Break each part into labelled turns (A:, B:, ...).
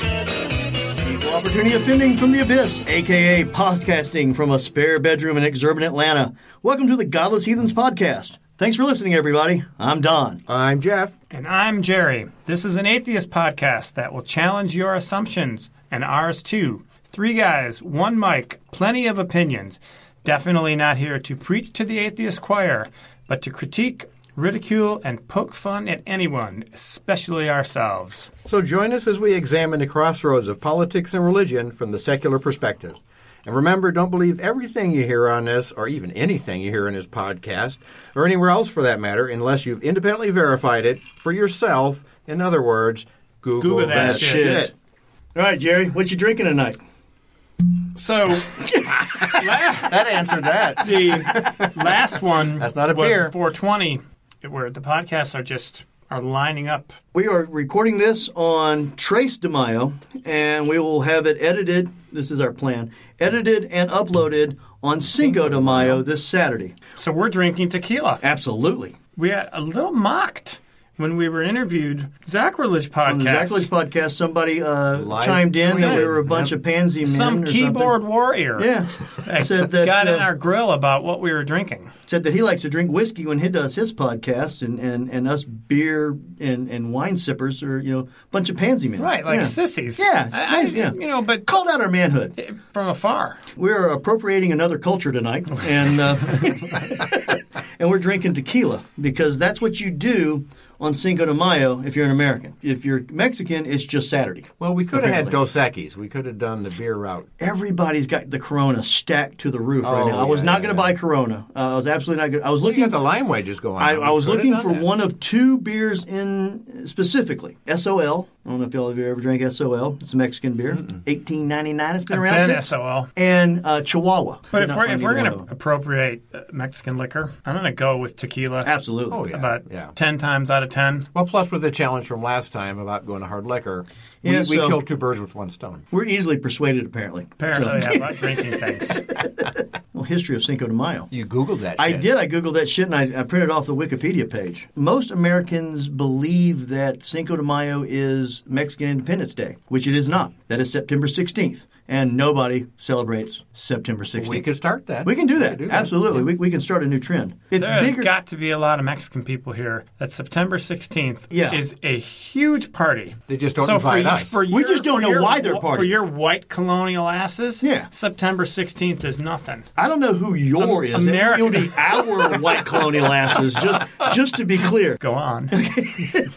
A: Equal Opportunity Offending from the Abyss, aka podcasting from a spare bedroom in exurban Atlanta. Welcome to the Godless Heathens podcast. Thanks for listening, everybody. I'm Don.
B: I'm Jeff.
C: And I'm Jerry. This is an atheist podcast that will challenge your assumptions and ours too. Three guys, one mic, plenty of opinions. Definitely not here to preach to the atheist choir, but to critique, ridicule, and poke fun at anyone, especially ourselves.
B: So join us as we examine the crossroads of politics and religion from the secular perspective. And remember, don't believe everything you hear on this, or even anything you hear in this podcast, or anywhere else for that matter, unless you've independently verified it for yourself. In other words, Google,
C: Google that
A: shit. All right, Jerry, what you drinking tonight?
C: So,
A: That answered that.
C: the last one
B: That's not a
C: was
B: beer.
C: 420, where the podcasts are just are lining up.
A: We are recording this on Trace de Mayo, and we will have it edited. This is our plan edited and uploaded on Cinco de Mayo this Saturday.
C: So we're drinking tequila.
A: Absolutely.
C: we got a little mocked when we were interviewed. Sacrilege podcast.
A: On the Zachless podcast, somebody uh,
B: Live
A: chimed in that we
B: tweeted.
A: were a bunch of pansy men.
C: Some
A: or
C: keyboard warrior.
A: Something. Yeah. said that
C: got in
A: uh,
C: our grill about what we were drinking.
A: said that he likes to drink whiskey when he does his podcast, and, and, and us beer and, and wine sippers are you know a bunch of pansy men.
C: Right, like
A: yeah.
C: sissies.
A: Yeah, it's
C: I- I-
A: nice, yeah.
C: You know, but
A: Called out our manhood.
C: from afar.
A: We're appropriating another culture tonight, and uh, and we're drinking tequila because that's what you do on Cinco de Mayo if you're an American. If you're Mexican, it's just Saturday.
B: Well, we could have had Dos
A: Apparently.
B: Equis. We could have done the beer route.
A: Everybody's got the Corona stacked to the roof right
B: Oh,
A: now. I was
B: yeah,
A: not
B: yeah,
A: going to
B: yeah.
A: buy Corona. Uh, I was absolutely not going. to. I was
B: You
A: looking
B: got the lime wages going.
A: I,
B: on.
A: I
B: We
A: was
B: could have
A: looking
B: done
A: for
B: that.
A: one of two beers in specifically SOL. I don't know if y'all have ever drank SOL. It's a Mexican beer, eighteen ninety nine. It's been around
C: Then
A: since.
C: SOL.
A: And uh, Chihuahua.
C: But
A: Could
C: if
A: not
C: we're,
A: find
C: if we're
A: either
C: going
A: one of
C: to
A: them.
C: appropriate uh, Mexican liquor, I'm going to go with tequila.
A: absolutely,
B: Oh, yeah.
C: About
B: yeah.
C: 10 times out of 10.
B: Well, plus with the challenge from last time about going to hard liquor, we,
A: Yeah,
B: we
A: so-
B: killed two birds with one stone.
A: we're easily persuaded. Apparently,
C: Apparently,
A: So-
C: yeah, about drinking things.
A: well, history of Cinco de Mayo.
B: You Googled that.
A: I
B: shit.
A: did. I googled that shit and I, I printed off the Wikipedia page. Most Americans believe that Cinco de Mayo is Mexican Independence Day, which it is not. That is September 16th, and nobody celebrates September 16th.
B: We could start that.
A: We can do that.
B: We could
A: Absolutely. We, we can start a new trend. It's
C: There's
A: bigger.
C: got to be a lot of Mexican people here. That September 16th
A: Yeah.
C: is a huge party.
B: They just don't
C: so for,
B: invite
C: you-
B: us.
C: for
A: We
C: your-
A: just don't
C: for
A: know
C: your-
A: why they're
C: For
A: partying.
C: your white colonial asses,
A: Yeah.
C: September 16th is nothing.
A: I don't know who your
C: Am-
A: is.
C: America.
A: It would be our white colonial asses, just, just to be clear.
C: Go on.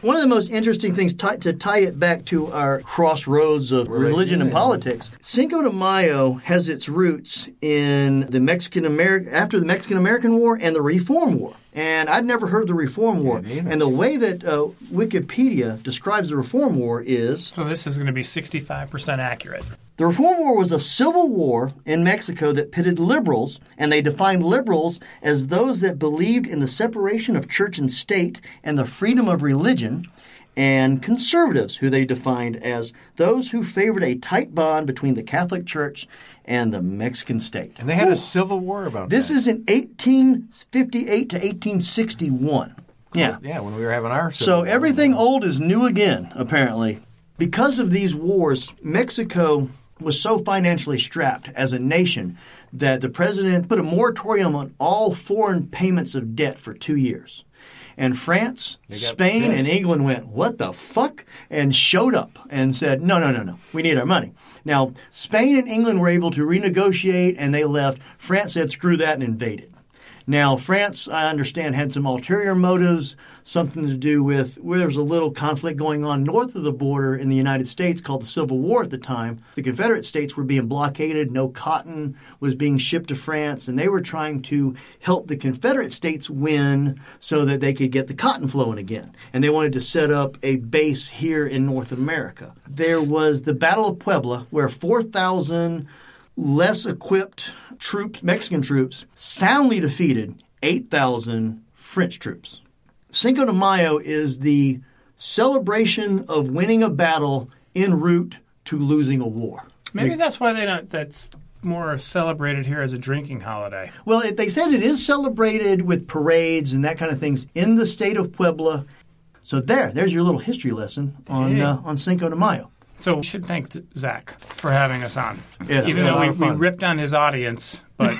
A: One of the most interesting things ti- to tie it back to our crossroads of religion, and politics. Cinco de Mayo has its roots in the Mexican American after the Mexican American War and the Reform War. And I'd never heard of the Reform War.
B: neither.
A: and the way that uh, Wikipedia describes the Reform War is
C: so this is going to be 65% accurate.
A: The Reform War was a civil war in Mexico that pitted liberals, and they defined liberals as those that believed in the separation of church and state and the freedom of religion, and conservatives, who they defined as those who favored a tight bond between the Catholic Church and the Mexican state.
B: And they had a civil war about
A: This
B: that.
A: is in 1858 to 1861. Yeah.
B: yeah when we were having our civil
A: So
B: war.
A: everything old is new again, apparently. Because of these wars, Mexico was so financially strapped as a nation that the president put a moratorium on all foreign payments of debt for two years. And France, Spain, and England went, What the fuck? and showed up and said, No, no, no, no, we need our money. Now, Spain and England were able to renegotiate and they left. France said, Screw that and invaded. Now, France, I understand, had some ulterior motives, something to do with where there was a little conflict going on north of the border in the United States called the Civil War at the time. The Confederate states were being blockaded, no cotton was being shipped to France, and they were trying to help the Confederate states win so that they could get the cotton flowing again. And they wanted to set up a base here in North America. There was the Battle of Puebla, where 4,000 less equipped troops, Mexican troops, soundly defeated 8,000 French troops. Cinco de Mayo is the celebration of winning a battle en route to losing a war.
C: Maybe that's why they don't. That's more celebrated here as a drinking holiday.
A: Well, it, they said it is celebrated with parades and that kind of things in the state of Puebla. So there, there's your little history lesson on uh, on Cinco de Mayo.
C: So we should thank Zach for having us on.
A: Yeah, it's
C: Even
A: been a
C: though
A: lot
C: we,
A: of
C: we
A: fun.
C: ripped on his audience, but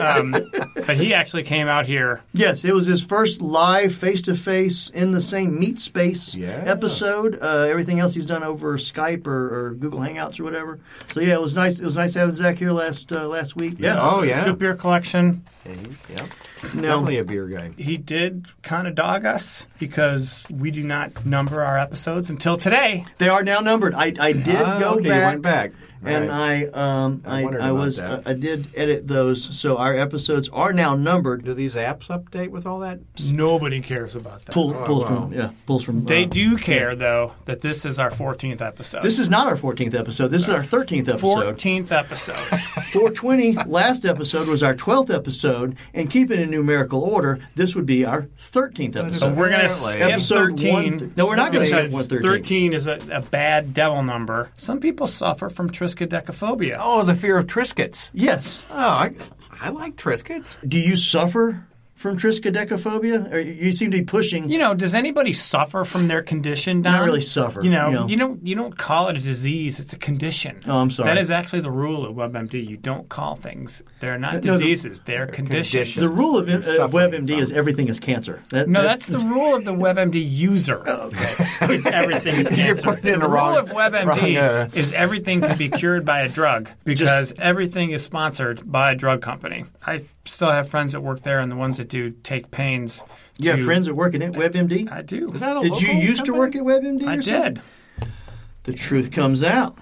C: um, but he actually came out here.
A: Yes, it was his first live face to face in the same meet space
B: Yeah.
A: episode. Uh, everything else he's done over Skype or, or Google Hangouts or whatever. So yeah, it was nice. It was nice having Zach here last uh, last week.
B: Oh yeah.
C: Good beer collection.
B: Yeah, he- yeah.
A: Now,
B: Definitely a beer guy.
C: He did kind of dog us because we do not number our episodes until today.
A: They are now numbered. I, I did
B: Ah,
A: go
B: okay, you
A: back,
B: went back.
A: and
B: Right.
A: I um
B: I
A: I,
B: wondered
A: I
B: about
A: was
B: that.
A: I, I did edit those, so our episodes are now numbered.
B: Do these apps update with all that?
C: Nobody cares about that.
A: Pull,
B: Oh,
A: pulls
B: wow.
A: from yeah pulls from.
C: They
A: uh,
C: do care though that this is our 14th episode.
A: This is not our 14th episode. This is our 13th episode.
C: 14th episode.
A: 420 last episode was our 12th episode, and keep it in numerical order, this would be our 13th
C: So
A: episode.
C: we're going to
B: Apparently.
C: skip
A: Episode
C: 13.
A: one- no, we're not gonna skip
C: because
A: one 13.
C: 13 is a, a bad devil number. Some people suffer from triskaidekaphobia.
B: Oh, the fear of Triscuits.
A: Yes.
B: Oh, I, I like Triscuits.
A: Do you suffer from triskaidekaphobia? Or you seem to be pushing.
C: You know, does anybody suffer from their condition? Don?
A: Not really suffer,
C: You know,
A: you know.
C: you don't you don't call it a disease; it's a condition.
A: Oh, I'm sorry.
C: That is actually the rule of WebMD. You don't call things; they're not
A: No, the-
C: diseases; they're conditions.
A: The rule of uh,
B: Suffering
A: WebMD is everything is cancer. That-
C: no, that's, the rule of the WebMD user.
A: Oh,
C: Is everything is cancer.
B: putting in
C: the
B: the wrong-
C: rule of WebMD
A: uh,
B: wrong,
C: is everything can be cured by a drug because everything is sponsored by a drug company. I still have friends that work there, and the ones that do take pains.
A: You have
C: to-
A: friends that work at WebMD?
C: I do.
B: Is that a
A: Did you
B: local
A: used to
B: company?
A: work at WebMD?
C: I
A: or something?
C: did.
A: The truth comes out.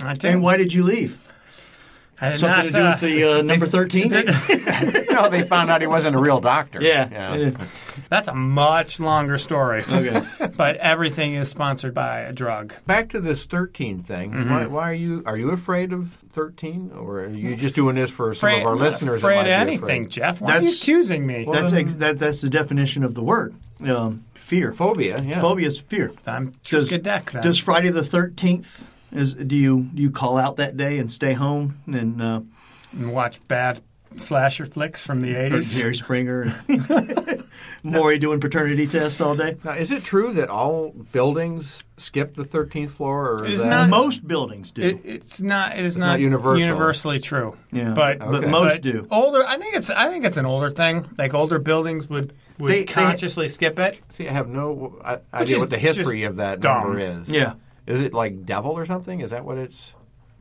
C: I did.
A: And why did you leave?
C: I did
A: Something to do
C: not,
A: with the uh, number 13?
C: uh,
B: no, they found out he wasn't a real doctor.
A: Yeah.
C: That's a much longer story.
A: Okay.
C: But everything is sponsored by a drug.
B: Back to this thirteen thing.
A: Mm-hmm.
B: Why, why are you are you afraid of thirteen, or are you just doing this for some
C: Afraid-
B: of our
C: I'm not
B: listeners? that
C: afraid
B: might
C: of
B: be
C: anything,
B: afraid?
C: Jeff. Why are you
A: That's-
C: accusing me?
A: That's, ex- that, that's the definition of the word um, fear.
B: Phobia. Yeah.
A: Phobia is fear.
C: I'm
A: Does-
C: Triskaidek then.
A: Does Friday the thirteenth is do you do you call out that day and stay home and uh,
C: and watch bad slasher flicks from the 80s.
A: Jerry Springer and Maury doing paternity tests all day?
B: Now, is it true that all buildings skip the thirteenth floor? Or
C: It
B: is
C: is
B: that-
C: not-
A: Most buildings do.
C: It, it's not. It is not,
B: not universal.
C: universally true.
A: Yeah.
C: but
A: But Okay. most do.
C: Older, I think it's. I think it's an older thing. Like older buildings would would
A: They- they-
C: consciously skip it.
B: See, I have no uh,
C: is
B: idea what the history
C: just
B: of that
C: dumb.
B: number is.
A: Yeah.
B: Is it like devil or something? Is that what it's?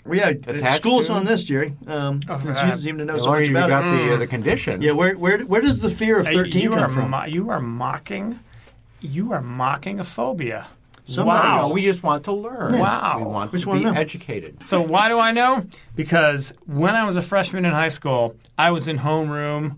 A: Well, yeah, uh,
B: Attached
A: school's
B: to?
A: on this, Jerry. Um,
C: Oh,
A: since
C: uh,
A: you seem to know
B: As
A: so
B: long
A: much
B: as you
A: about
B: got
A: it.
B: the, uh, the condition.
A: Yeah, where, where where does the fear of
C: Hey,
A: thirteen
C: you
A: come
C: are uh,
A: from?
C: mo- you are mocking. You are mocking a phobia.
A: Somebody
C: wow.
B: No, we just want to learn.
C: Wow.
B: We want
A: Just
B: to
A: wanna
B: be
A: know.
B: educated.
C: So why do I know? Because when I was a freshman in high school, I was in homeroom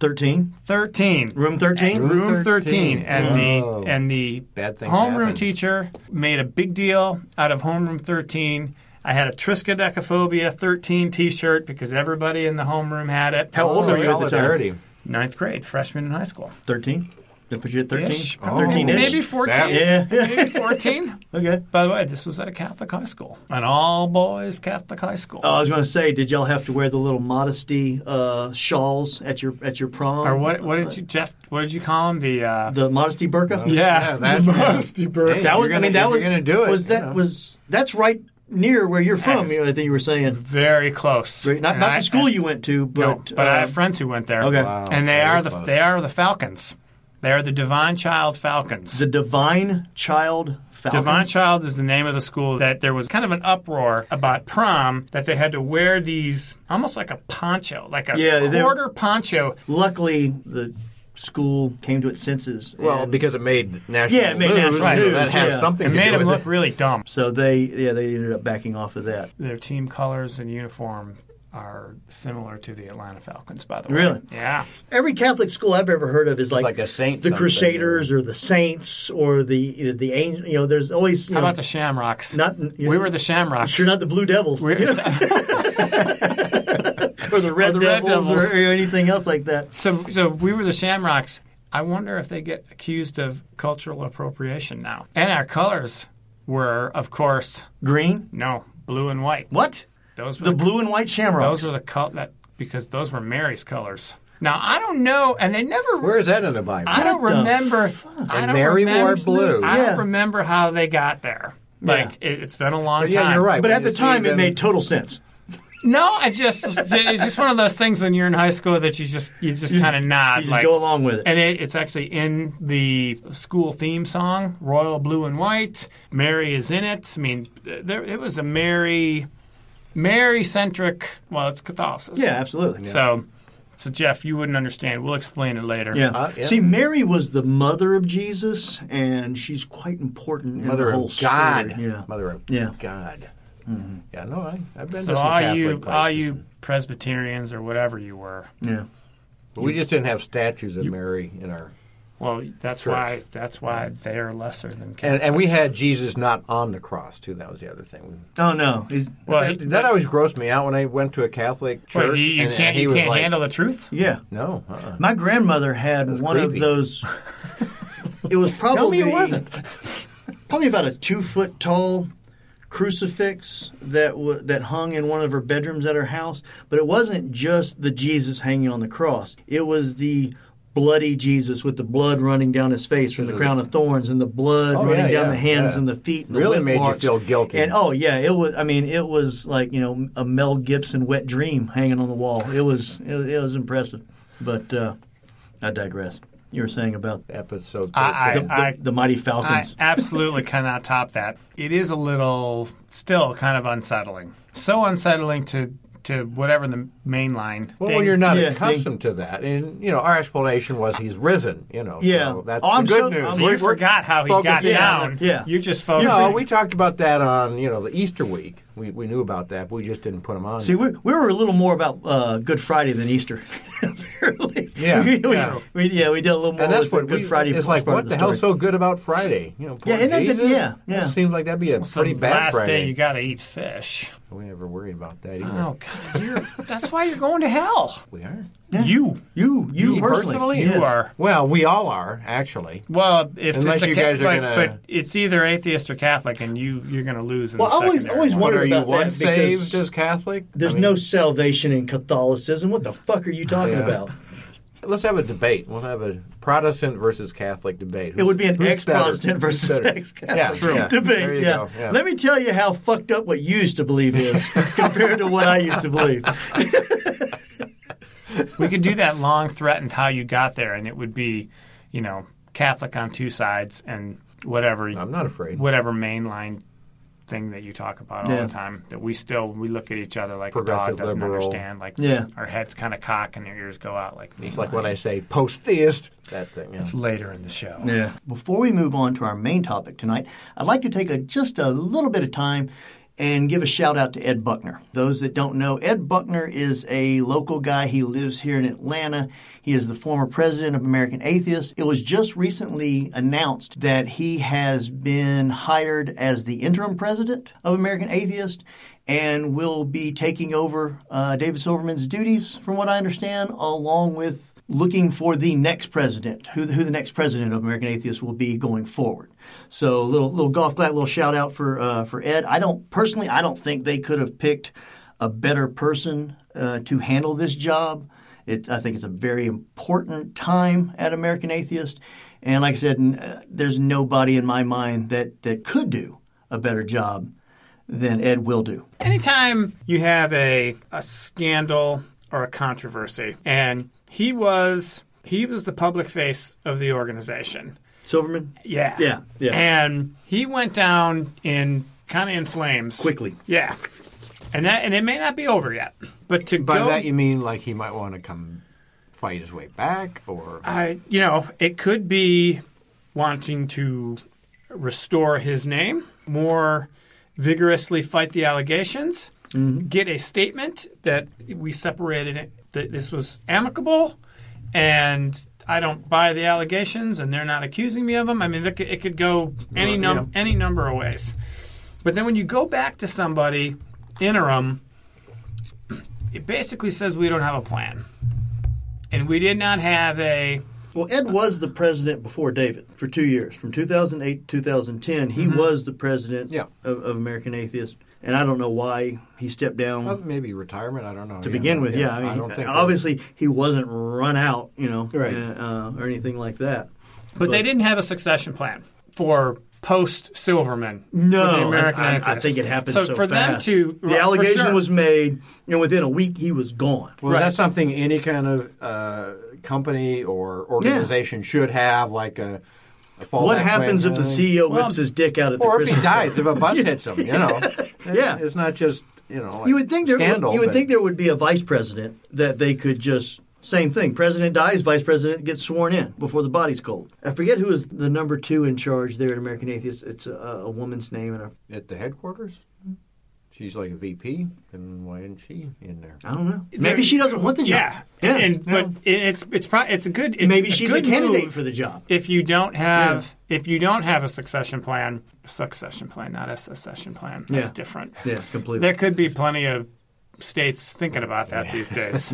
A: Thirteen,
C: 13.
A: room thirteen.
B: Room
C: Room 13
B: 13.
C: and
B: Whoa.
C: the and the
B: Bad things
C: homeroom
B: happen.
C: teacher made a big deal out of homeroom 13. I had a triskaidekaphobia 13 T-shirt because everybody in the homeroom had it.
A: How old
C: So-
A: were you at the time?
B: Solidarity.
C: Ninth grade, freshman in high school.
A: Thirteen. Did I put you at thirteen? Oh.
C: Ish, probably.
A: Thirteen ish.
C: maybe 14.
A: Yeah.
C: maybe 14.
A: Okay.
C: By the way, this was at a Catholic high school, an all boys Catholic high school.
A: Oh, I was going to say, did y'all have to wear the little modesty uh, shawls at your at your prom?
C: Or what? What did you, Jeff? What did you call him? The uh,
A: The modesty burqa.
C: yeah,
B: Yeah, that's-
C: the modesty burden.
B: Hey,
A: that was.
B: you're
A: I mean,
B: gonna-
A: that
B: if
A: was
B: you're gonna do it,
A: Was that
B: you know.
A: was that's right near where you're from?
C: Yes.
A: You know, I think you were saying
C: Very close.
A: not not
C: And I-
A: the school you went to,
C: No,
A: but
C: but I
A: uh,
C: have friends who went there.
A: Okay.
B: Wow,
C: and they
B: that
C: are
B: is
C: the
B: close.
C: they are the Falcons. They are the Divine Child Falcons.
A: The Divine Child Falcons.
C: Divine Child is the name of the school that there was kind of an uproar about prom that they had to wear these almost like a poncho, like a
A: Yeah, they-
C: quarter poncho.
A: Luckily, the school came to its senses.
B: Well,
A: and-
B: because it made national
A: Yeah, it made
B: news,
A: national
B: so
C: news,
B: that has
A: yeah.
C: It
B: something to
C: made
B: do
C: them
B: with
C: look
B: it.
C: really dumb.
A: so they yeah they ended up backing off of that.
C: Their team colors and uniform are similar to the Atlanta Falcons, by the way.
A: Really?
C: Yeah.
A: Every Catholic school I've ever heard of is like,
B: like a saint
A: the
B: something,
A: Crusaders or the Saints or the the angel. You know, there's always you
C: How
A: know,
C: about the Shamrocks?
A: Not-
C: we were the Shamrocks.
A: sure not the Blue Devils
C: We-
A: or the Red
C: the Red
A: Devils,
C: Devils.
A: Or, or anything else like that.
C: so, so we were the Shamrocks. I wonder if they get accused of cultural appropriation now. And our colors were, of course,
A: Green.
C: no blue and white.
A: What?
C: Those were
A: The blue and white shamrocks.
C: Those were the col- that because those were Mary's colors. Now I don't know, and they never.
B: Where is that in the Bible?
C: I don't
A: What the
C: remember. I
B: And
C: don't
B: Mary wore
C: remember,
B: blue.
C: I
A: Yeah.
C: don't remember how they got there. Like it, it's been a long
B: yeah,
C: time.
B: you're right.
A: but
B: When
A: at the
B: you see
A: time, it
B: them-
A: made total sense.
C: No, I just it's just one of those things when you're in high school that you just you just kind of nod.
A: You just
C: like,
A: go along with it.
C: And it, it's actually in the school theme song, Royal Blue and White. Mary is in it. I mean, there, it was a Mary, Mary centric. Well, it's Catholicism.
A: yeah, absolutely.
C: So, so Jeff, you wouldn't understand. We'll explain it later.
A: Yeah.
B: Uh, yeah.
A: See, Mary was the mother of Jesus, and she's quite important in
B: Mother
A: the whole
B: of God.
A: story. Yeah.
B: Mother of
A: Yeah. Mm-hmm.
B: God. Yeah, no, I, I've been
C: So
B: to some
C: all
B: Catholic
C: you,
B: places.
C: all you Presbyterians or whatever you were.
A: yeah.
B: But we just didn't have statues of Mary in our.
C: Well, that's
B: Church.
C: why. That's why they're lesser than Catholics.
B: And, and we had Jesus not on the cross, too. That was the other thing.
A: Oh no. He's-
C: well,
B: that,
C: he-
B: that always grossed me out when I went to a Catholic
C: wait,
B: church.
C: you, you
B: and
C: can't.
B: he
C: You
B: was
C: can't
B: like,
C: handle the truth.
A: yeah.
B: No. Uh-uh.
A: My grandmother had
B: was
A: one
B: creepy.
A: of those. It was probably
B: Tell me it wasn't.
A: probably about a two foot tall crucifix that w- that hung in one of her bedrooms at her house. But it wasn't just the Jesus hanging on the cross. It was the bloody Jesus with the blood running down his face from the crown of thorns and the blood
B: Oh,
A: running
B: yeah,
A: down
B: yeah,
A: the hands
B: yeah.
A: and the feet. And the
B: Really
A: lip
B: made you
A: marks.
B: feel guilty.
A: And oh yeah, it was. I mean, it was like you know a Mel Gibson wet dream hanging on the wall. It was it, was- it was impressive, but uh, I digress. You were saying about
B: Episode 13.
C: I-
A: the, the- the mighty Falcons.
C: I absolutely cannot top that. It is a little, still kind of unsettling. So unsettling to to whatever the main line.
B: well,
C: Ding.
B: when you're not
A: Yeah,
B: accustomed to that, and you know, our explanation was he's risen. You know,
A: Yeah.
B: so that's
A: Oh, I'm
B: the good
A: so-
B: news.
A: I'm-
C: So you
B: We're- we're
C: forgot how he got
B: focusing on
C: down.
B: it.
A: Yeah.
C: You just focused.
B: No, we talked about that on you know the Easter week. We we knew about that, but we just didn't put them on.
A: See, we, we were a little more about uh, Good Friday than Easter, apparently.
B: Yeah,
A: we, we-
C: yeah.
A: we- yeah, we did a little more.
B: and that's
A: with
B: what
A: the Good
B: we-
A: Friday.
B: It's
A: part-
B: like
A: part
B: what
A: of
B: the,
A: the
B: hell's
A: story.
B: so good about Friday? You know, poor
A: Yeah, isn't that the-
B: Jesus?
A: yeah, yeah.
B: That seems like that'd be a
C: so
B: pretty
C: the
B: bad
C: last day
B: Friday.
C: you got to eat fish.
B: we never worry about that either.
C: Oh God, you're, that's why you're going to hell.
B: We are.
C: You,
A: You, you,
B: Me
A: personally,
C: you
A: yes.
C: are.
B: Well, we all are actually.
C: Well, if
B: Unless
C: it's a
B: you
C: Ca-
B: guys are
C: but,
B: gonna-
C: but it's either atheist or Catholic, and you you're going to lose. In
A: Well,
C: the
A: I always-
C: secondary
A: always
C: one.
A: wondered-
B: But are you
A: about that
B: once
A: because-
B: saved as Catholic?
A: There's
B: I mean,
A: no salvation in Catholicism. What the fuck are you talking
B: Yeah.
A: about?
B: Let's have a debate. We'll have a Protestant versus Catholic debate.
A: It would be an
B: Who's
A: ex-Protestant
B: better? Who's
A: versus
B: better?
A: ex-Catholic
B: Yeah, true. Yeah.
A: debate.
B: There you
A: yeah.
B: go. Yeah.
A: Let me tell you how fucked up what you used to believe is compared to what I used to believe.
C: we could do that long threatened how you got there, and it would be, you know, Catholic on two sides and whatever.
B: I'm not afraid.
C: Whatever mainline thing that you talk about all
A: Yeah.
C: the time that we still we look at each other like a
B: Progressive
C: dog doesn't
B: liberal.
C: understand. Like
A: Yeah.
C: our heads kind of cock and our ears go out. Like
B: It's like when I say post-theist. That thing. Yeah.
C: it's later in the show.
A: Yeah. Before we move on to our main topic tonight, I'd like to take a, just a little bit of time and give a shout out to Ed Buckner. Those that don't know, Ed Buckner is a local guy. He lives here in Atlanta. He is the former president of American Atheists. It was just recently announced that he has been hired as the interim president of American Atheists and will be taking over uh, David Silverman's duties, from what I understand, along with looking for the next president, who, who the next president of American Atheists will be going forward. So, little little golf clap, little shout out for uh, for Ed. I don't personally, I don't think they could have picked a better person uh, to handle this job. It, I think it's a very important time at American Atheist, and like I said, n- uh, there's nobody in my mind that that could do a better job than Ed will do.
C: Anytime you have a, a scandal or a controversy, and he was He was the public face of the organization.
A: Silverman?
C: Yeah.
A: Yeah, yeah.
C: And he went down in kind of in flames.
A: Quickly.
C: Yeah. And that and it may not be over yet. But to
B: By
C: go
B: that you mean like he might want to come fight his way back, or
C: I you know, it could be wanting to restore his name, more vigorously fight the allegations, get a statement that we separated it that this was amicable and I don't buy the allegations and they're not accusing me of them. I mean, it could, it could go any
B: Well,
C: num- any number of ways. But then when you go back to somebody interim, it basically says we don't have a plan. And we did not have a
A: Well, Ed was the president before David for two years, from 2008 to 2010. He was the president
B: Yeah.
A: of, of American Atheist, and I don't know why he stepped down
B: Well, uh, maybe retirement. I don't know
A: to begin with. Yeah, I, mean, uh,
B: don't think
A: obviously he wasn't run out, you know,
B: Right.
A: uh, uh, or anything like that.
C: But they didn't have a succession plan for post Silverman.
A: No,
C: the American
A: I, I, I
C: Atheists.
A: think it happened so,
C: So, for them
A: fast.
C: to
A: the allegation
C: for sure.
A: was made, and within a week he was gone.
B: Was
C: Right.
B: that something any kind of uh, company or organization should have, like a, a fallback
A: what happens
B: plan,
A: if the E
B: uh,
A: CEO
C: Well,
A: whips his dick out at the
B: or if he
A: Christmas
B: dies, if a bus hits him? You know,
A: Yeah.
B: it's not just you know. Like
A: You would think there
B: scandal.
A: you would
B: but-
A: think there would be a vice president that they could just same thing. President dies, vice president gets sworn in before the body's cold. I forget who is the number two in charge there at American Atheists. It's a, a woman's name, and I,
B: at the headquarters. She's like a VP, and why isn't she in there?
A: I don't know.
C: There-
A: Maybe she doesn't want the job.
C: Yeah, And, but it, it's it's pro- it's a good. It's
A: maybe she's a
C: good
A: candidate
C: move
A: for the job.
C: If you don't have if you don't have a succession plan, succession plan, not a succession plan. That's
A: Yeah.
C: different.
A: Yeah, completely.
C: There could be plenty of states thinking about that these days.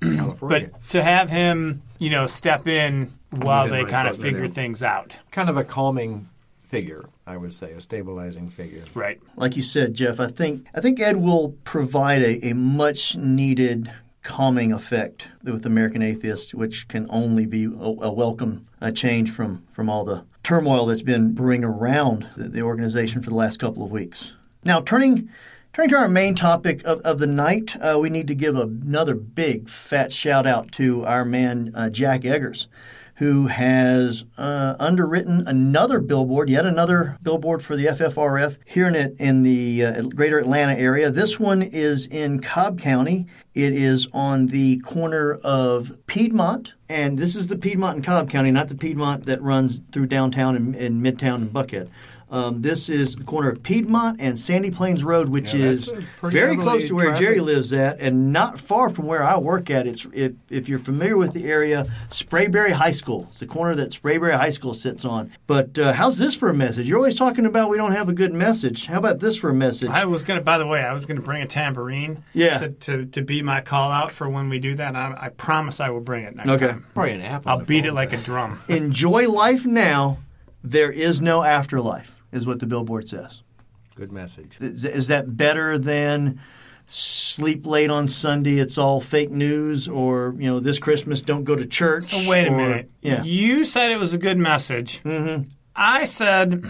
B: California,
C: but to have him, you know, step in while
A: Yeah,
C: they
A: my
C: kind of
A: partner
C: figure
A: now.
C: things out.
B: kind of a calming figure, I would say, a stabilizing figure.
C: Right.
A: Like you said, Jeff, I think I think Ed will provide a, a much needed calming effect with American Atheists, which can only be a, a welcome a change from from all the turmoil that's been brewing around the, the organization for the last couple of weeks. Now turning. Turning to our main topic of, of the night, uh, we need to give another big fat shout out to our man uh, Jack Eggers, who has uh, underwritten another billboard, yet another billboard for the FFRF here in, it, in the uh, greater Atlanta area. This one is in Cobb County. It is on the corner of Piedmont, and this is the Piedmont in Cobb County, not the Piedmont that runs through downtown and, and Midtown and Buckhead. Um, this is the corner of Piedmont and Sandy Plains Road, which
B: Yeah, that's
A: is
B: a pretty
A: very
B: heavily
A: close to where Jerry
B: trafficked
A: lives at, and not far from where I work at. It's if, if you're familiar with the area, Sprayberry High School. It's the corner that Sprayberry High School sits on. But uh, how's this for a message? You're always talking about we don't have a good message. How about this for a message?
C: I was gonna. By the way, I was gonna bring a tambourine.
A: Yeah.
C: To, to, to be my call out for when we do that. I, I promise I will bring it next
A: Okay.
C: time.
B: Probably an apple.
C: I'll
B: on the
C: beat
B: phone.
C: it like a drum.
A: Enjoy life now. There is no afterlife, is what the billboard says.
B: good message.
A: Is, is that better than? Sleep late on Sunday. It's all fake news, or you know, this Christmas don't go to church.
C: So wait a
A: or-
C: minute.
A: Yeah.
C: You said it was a good message. Mm-hmm. I said,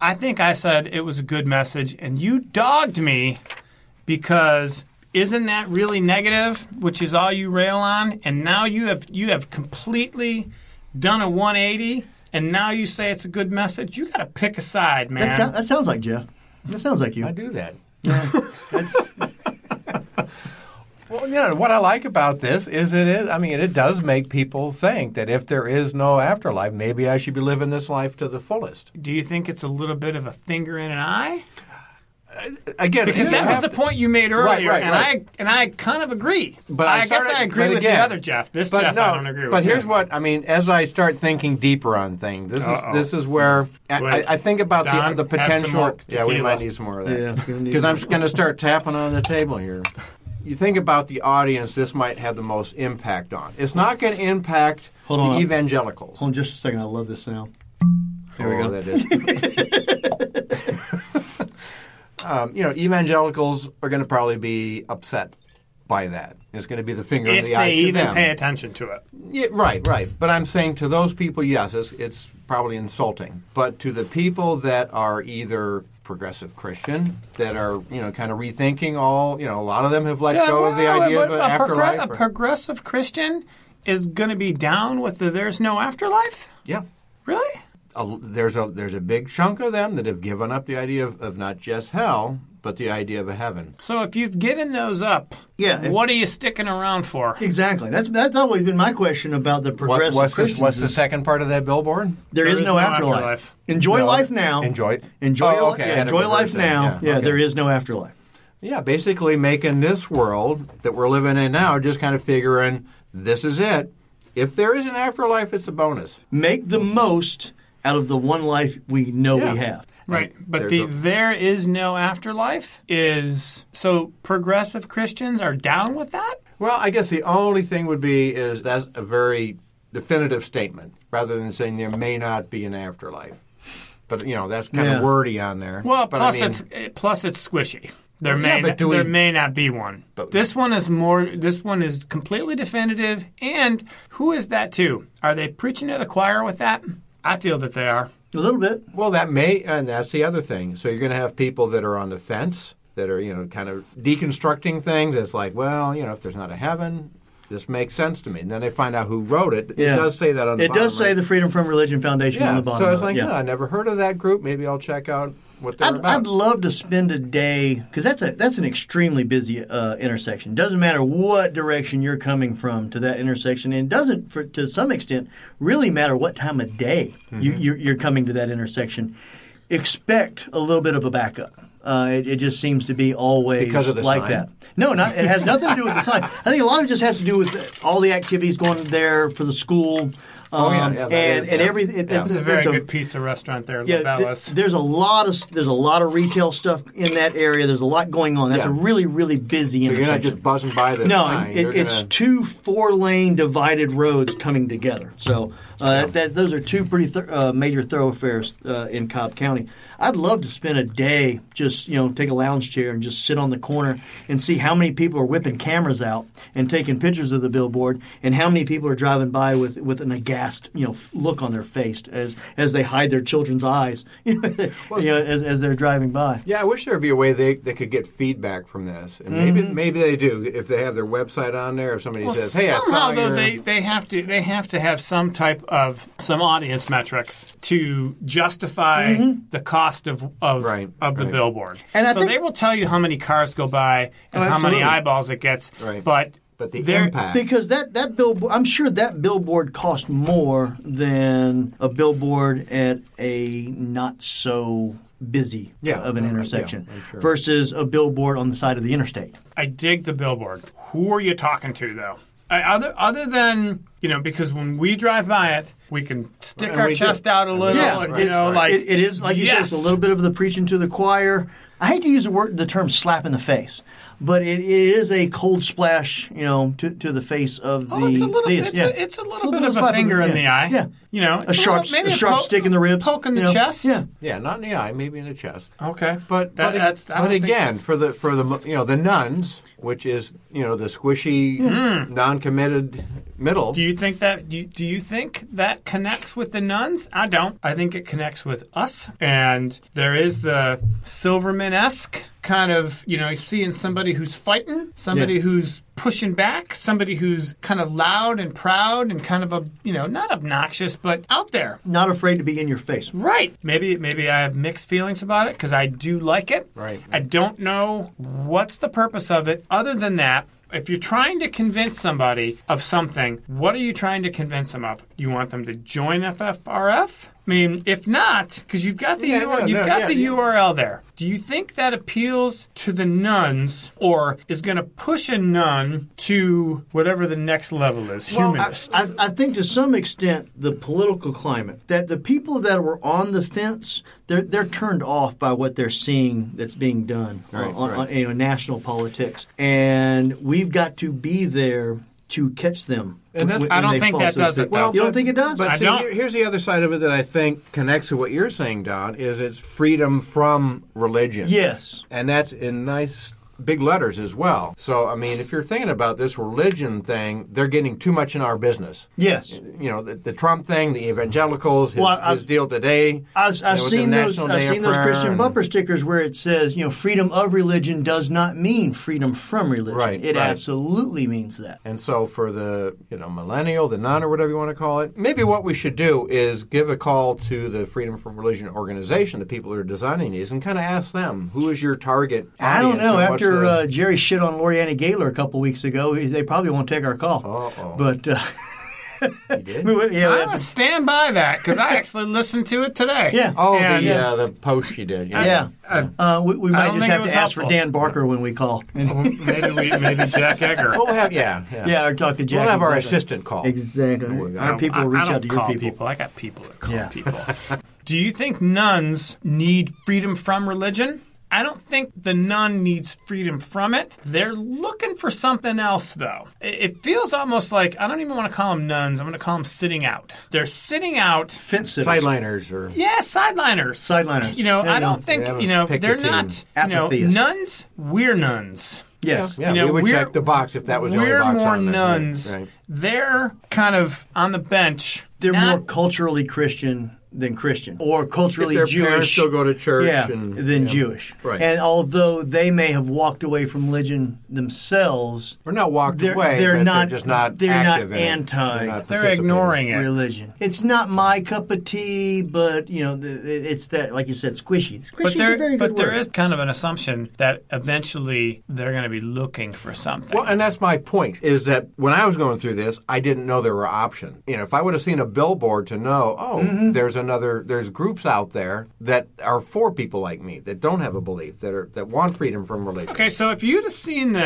C: I think I said it was a good message, and you dogged me because isn't that really negative? Which is all you rail on, and now you have you have completely done a 180, and now you say it's a good message. You got to pick a side, man.
A: That, sou- that sounds like Jeff. That sounds like you.
B: I do that.
A: That's-
B: Well, you know, what I like about this is it is, I mean, it does make people think that if there is no afterlife, maybe I should be living this life to the fullest.
C: Do you think it's a little bit of a finger in an eye?
B: Again,
C: Because
B: you
C: that was
B: have
C: the
B: to-
C: point you made earlier,
B: Right, right,
C: and
B: right.
C: I and I kind of agree.
B: But I
C: guess
B: started-
C: I agree
B: but
C: with
B: again-
C: the other Jeff. This
B: But
C: Jeff,
B: no,
C: I don't agree with.
B: but here's
C: him.
B: what I mean. As I start thinking deeper on things, this
C: Uh-oh.
B: is this is where I,
C: Wait.
B: I, I think about
C: Don,
B: the, the
C: have some more
B: potential. Yeah, we
C: tequila.
B: might need some more of
A: Yeah,
B: that
A: gonna need
B: because I'm just going to start tapping on the table here. You think about the audience this might have the most impact on. It's not going to impact
A: Hold on.
B: the evangelicals. Oh,
A: Hold on just a second. I love this sound.
B: There we go. That is. um, you know, evangelicals are going to probably be upset by that. It's going to be the finger
C: if
B: of the eye
C: they
B: to
C: even
B: them.
C: pay attention to it.
B: Yeah, right, right. But I'm saying to those people, yes, it's, it's probably insulting. But to the people that are either progressive Christian, that are you know kind of rethinking all, you know, a lot of them have let go of the idea of an
C: a,
B: afterlife.
C: progressive Christian is going to be down with the there's no afterlife?
B: Yeah.
C: Really?
B: A, there's a there's a big chunk of them that have given up the idea of, of not just hell, but the idea of a heaven.
C: So if you've given those up,
A: Yeah, if-
C: what are you sticking around for?
A: Exactly. That's that's always been my question about the
B: What-
A: progressive
B: what's, this,
A: Christians.
B: what's the second part of that billboard?
A: there is, no, afterlife. Enjoy
B: No.
A: life now.
B: Enjoy it.
A: Enjoy.
B: Oh, okay. I
A: yeah,
B: had to
A: enjoy
B: reverse
A: life
B: that.
A: now.
B: Yeah,
A: Yeah,
B: okay.
A: there is no afterlife.
B: Yeah, basically making this world that we're living in now just kind of figuring this is it. If there is an afterlife, it's a bonus.
A: Make the most out of the one life we know
B: Yeah.
A: we have.
C: Right.
B: And
C: But
B: there's
C: the
B: a-
C: there is no afterlife is so progressive Christians are down with that?
B: Well, I guess the only thing would be is that's a very definitive statement rather than saying there may not be an afterlife. But you know, that's kind
A: Yeah.
B: of wordy on there.
C: Well,
B: but
C: plus
B: I mean,
C: it's it- plus it's squishy. There may
B: but
C: not-
B: do we-
C: there may not be one.
B: But-
C: this one is more. This one is completely definitive. And who is that to? Are they preaching to the choir with that? I feel that they are.
A: A little bit.
B: Well, that may, and that's the other thing. So you're going to have people that are on the fence, that are you know kind of deconstructing things. It's like, well, you know, if there's not a heaven, this makes sense to me. And then they find out who wrote it. It does say that on the
A: It does
B: bottom,
A: say
B: right?
A: the Freedom from Religion Foundation on
B: yeah.
A: the bottom.
B: so I was
A: of it,
B: like,
A: yeah.
B: yeah, I never heard of that group. Maybe I'll check out what they're
A: I'd,
B: about.
A: I'd love to spend a day because that's a that's an extremely busy uh, intersection. Doesn't matter what direction you're coming from to that intersection, and it doesn't for, to some extent really matter what time of day you,
B: Mm-hmm.
A: you're, you're coming to that intersection. Expect a little bit of a backup. Uh, it, it just seems to be always
B: Because of the
A: like
B: sign?
A: that. No, not it has nothing to do with the sign. I think a lot of it just has to do with all the activities going there for the school.
B: Oh, yeah,
A: um,
B: yeah, that
A: and
B: is,
A: and
B: yeah.
A: everything.
B: Yeah.
C: It's a very good pizza restaurant there, yeah,
A: yeah, th- there's a lot of there's a lot of retail stuff in that area. There's a lot going on. That's
B: Yeah.
A: a really really busy
B: so you're not
A: intersection.
B: just buzzing by the
A: no,
B: sign.
A: it-
B: You're
A: it's
B: gonna-
A: two four lane divided roads coming together. So uh, that, those are two pretty th- uh, major thoroughfares uh, in Cobb County. I'd love to spend a day just you know take a lounge chair and just sit on the corner and see how many people are whipping cameras out and taking pictures of the billboard and how many people are driving by with, with an aghast you know f- look on their face as as they hide their children's eyes you know, as, as they're driving by.
B: Yeah, I wish there'd be a way they, they could get feedback from this, and maybe
A: Mm-hmm.
B: maybe they do if they have their website on there. If somebody
C: Well,
B: says, "Hey, I
C: somehow
B: saw
C: though
B: your-
C: they, they have to they have to have some type of some audience metrics to justify the cost of of,
B: Mm-hmm. Right,
C: of the
B: right.
C: billboard.
A: And I
C: so
A: think-
C: they will tell you how many cars go by
A: Oh,
C: and how many
A: absolutely.
C: eyeballs it gets,
B: Right.
C: but
B: but the
C: they're-
B: impact
A: Because that, that billboard, I'm sure that billboard cost more than a billboard at a not so busy
B: Yeah,
A: of an
B: yeah,
A: intersection
B: yeah, I'm sure.
A: versus a billboard on the side of the interstate.
C: I dig the billboard. Who are you talking to though? I, other other than you know, because when we drive by it, we can stick
B: And
C: our
B: we do.
C: chest out a
B: And we
C: little.
B: do.
A: Yeah,
C: and,
B: Right,
C: you know,
B: right.
C: like
A: It, it is like you said, it's a
C: yes.
A: little bit of the preaching to the choir. I hate to use the word the term slap in the face, but it, it is a cold splash, you know, to, to the face of the.
C: Oh, it's a little,
A: these,
C: it's,
A: yeah.
C: a, it's a little
A: It's
C: bit of a
A: slap
C: finger in the
A: yeah,
C: eye.
A: Yeah,
C: you know, it's
A: a sharp,
C: little- maybe
A: a sharp
C: poke-
A: stick in the ribs,
C: poke in the
A: you know?
C: chest.
A: Yeah,
B: Yeah, not in the eye, maybe in the chest.
C: Okay,
B: But
C: That-
B: but,
C: that's- I
B: but
C: don't think-
B: again, for the for the you know the nuns, which is you know the squishy, non-committed middle.
C: Hmm. do you think that you, do you think that connects with the nuns? I don't. I think it connects with us, and there is the Silverman esque kind of you know seeing somebody who's fighting, somebody
A: Yeah.
C: who's pushing back, somebody who's kind of loud and proud and kind of a you know not obnoxious but out there.
A: not afraid to be in your face.
C: Right. Maybe maybe I have mixed feelings about it because I do like it.
B: Right.
C: I don't know what's the purpose of it other than that. If you're trying to convince somebody of something, what are you trying to convince them of? You want them to join FFRF? I mean, if not, because you've got the
B: Yeah,
C: URL,
B: no,
C: you've
B: no,
C: got
B: yeah,
C: the
B: yeah.
C: URL there. Do you think that appeals to the nuns, or is going to push a nun to whatever the next level is? Humanist.
A: I, I, I think to some extent the political climate that the people that were on the fence they're they're turned off by what they're seeing that's being done on-
B: Right,
A: on,
B: right.
A: on, you know national politics, and we've got to be there to catch them.
B: And that's-
A: when
C: I don't
A: they
C: think
A: fall.
C: that
A: So to
C: does it,
A: speak.
C: though.
A: You don't
B: But-
A: think it does?
B: But
C: I
B: see,
C: don't.
B: here- here's the other side of it that I think connects to what you're saying, Don. Is it's freedom from religion.
A: yes.
B: and that's a nice big letters as well. So, I mean, if you're thinking about this religion thing, they're getting too much in our business.
A: Yes.
B: You know, the, the Trump thing, the evangelicals, his,
A: Well, I-
B: his deal today.
A: I've,
B: you know,
A: I've
B: with the
A: seen those.
B: National
A: I've
B: Day of
A: seen those
B: Prayer
A: Christian
B: and-
A: bumper stickers where it says, you know, freedom of religion does not mean freedom from religion.
B: Right,
A: It
B: right.
A: absolutely means that.
B: And so for the you know millennial, the non or whatever you want to call it, maybe what we should do is give a call to the Freedom from Religion organization, the people who are designing these, and kind of ask them who is your target.
A: I don't
B: audience
A: know.
B: and what's
A: After
B: the-
A: uh, Jerry shit on Lorianna Gaylor a couple weeks ago, they probably won't take our call.
B: Uh-oh.
A: But uh,
B: You
A: yeah,
B: did?
C: I'm
A: that-
C: gonna stand by that because I actually listened to it today.
A: Yeah.
B: oh
C: And-
B: the yeah the post she did yeah.
A: yeah.
C: Uh,
A: Uh, we, we
C: I
A: might
C: don't
A: just
C: think it
A: have to
C: was
A: ask for
C: helpful.
A: Dan Barker when we call. And-
C: maybe we, maybe Jack Egger.
B: We'll have yeah yeah.
A: yeah, or talk to Jack.
B: We'll have our assistant call.
A: Exactly.
B: go.
A: Our people
C: I,
A: will reach
C: I don't
A: out to your
C: call
A: people.
C: I got people that call
A: Yeah.
C: people. Do you think nuns need freedom from religion? I don't think the nun needs freedom from it. They're looking for something else, though. I- It feels almost like I don't even want to call them nuns. I'm going to call them sitting out. They're sitting out.
A: Fence sitters.
B: Sideliners or
C: Yeah, sideliners.
A: Sideliners.
C: You know,
A: There
C: I
A: you go.
C: don't think
B: They haven't
C: you know
B: picked
C: they're
B: a team.
C: not. You know,
A: Apatheist.
C: nuns. We're nuns.
A: Yes.
B: yeah
C: You know,
B: we would
C: we're-
B: check the box if that was the only
C: We're
B: box
C: more
B: on there. Right,
C: nuns.
B: right.
C: They're kind of on the bench.
A: They're
C: not
A: more culturally Christian than Christian, or culturally
B: If their
A: Jewish.
B: parents still go to church
A: yeah,
B: and-
A: than Jewish.
B: Right.
A: And although they may have walked away from religion themselves,
B: We're not walked
A: They're-
B: away.
A: they're
B: but
A: not-
B: They're just not.
A: they're not
B: active in it.
A: anti-
B: They're, not
C: They're
B: participating.
C: ignoring it.
A: religion. It's not my cup of tea, but you know, th- it's that, like you said, squishy. Squishy's
C: But, there,
A: a very
C: but
A: good
C: there
A: word.
C: is kind of an assumption that eventually they're going to be looking for something.
B: Well, and that's my point is that when I was going through this, I didn't know there were options. You know, if I would have seen a billboard to know, oh,
C: Mm-hmm.
B: there's another, there's groups out there that are for people like me that don't have a belief that are that want freedom from religion.
C: okay, so if you'd have seen this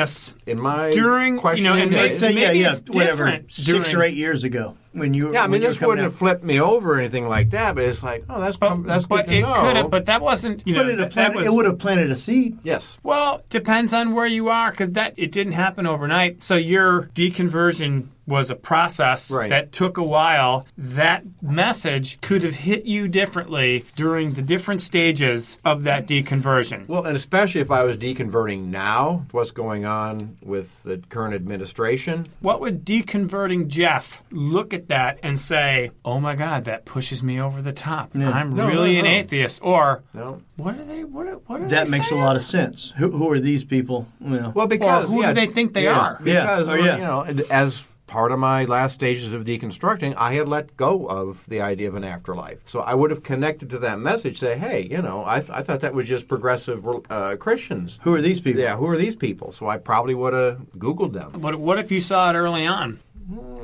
B: In my
C: During-
B: questioning
C: you know, and make-
B: days,
A: So yeah,
C: Maybe
A: yeah,
C: it's
A: whatever.
C: different
A: Six
C: during-
A: or eight years ago, when you
B: yeah, I
A: when
B: mean,
A: you
B: this
A: were coming
B: wouldn't have
A: out-
B: flipped me over or anything like that. But it's like, oh, that's com- that's
C: but
B: good to
C: it
B: know.
C: could have, but that wasn't. You know,
A: but it,
C: that,
A: planted,
C: was,
A: it would have planted a seed.
B: yes,
C: Well, depends on where you are because that it didn't happen overnight. So your deconversion was a process
B: Right.
C: that took a while. That message could have hit you differently during the different stages of that deconversion.
B: Well, and especially if I was deconverting now, what's going on with the current administration?
C: What would deconverting Jeff look at that and say, "Oh my God, that pushes me over the top. I'm
B: No,
C: really
B: no,
C: an
B: no.
C: atheist," or
B: No.
C: "What are they? What? Are, what are
A: That
C: they
A: makes
C: saying?
A: a lot of sense. Who, who are these people? Well,
B: Well, because
C: who do
B: yeah,
C: they think they
B: yeah,
C: are?
A: Yeah.
B: Because
A: Oh, yeah.
B: you know, and as part of my last stages of deconstructing, I had let go of the idea of an afterlife. So I would have connected to that message, say, "Hey, you know, I, th- I thought that was just progressive uh, Christians.
A: who are these people?
B: yeah, who are these people?" So I probably would have Googled them.
C: What, what if you saw it early on?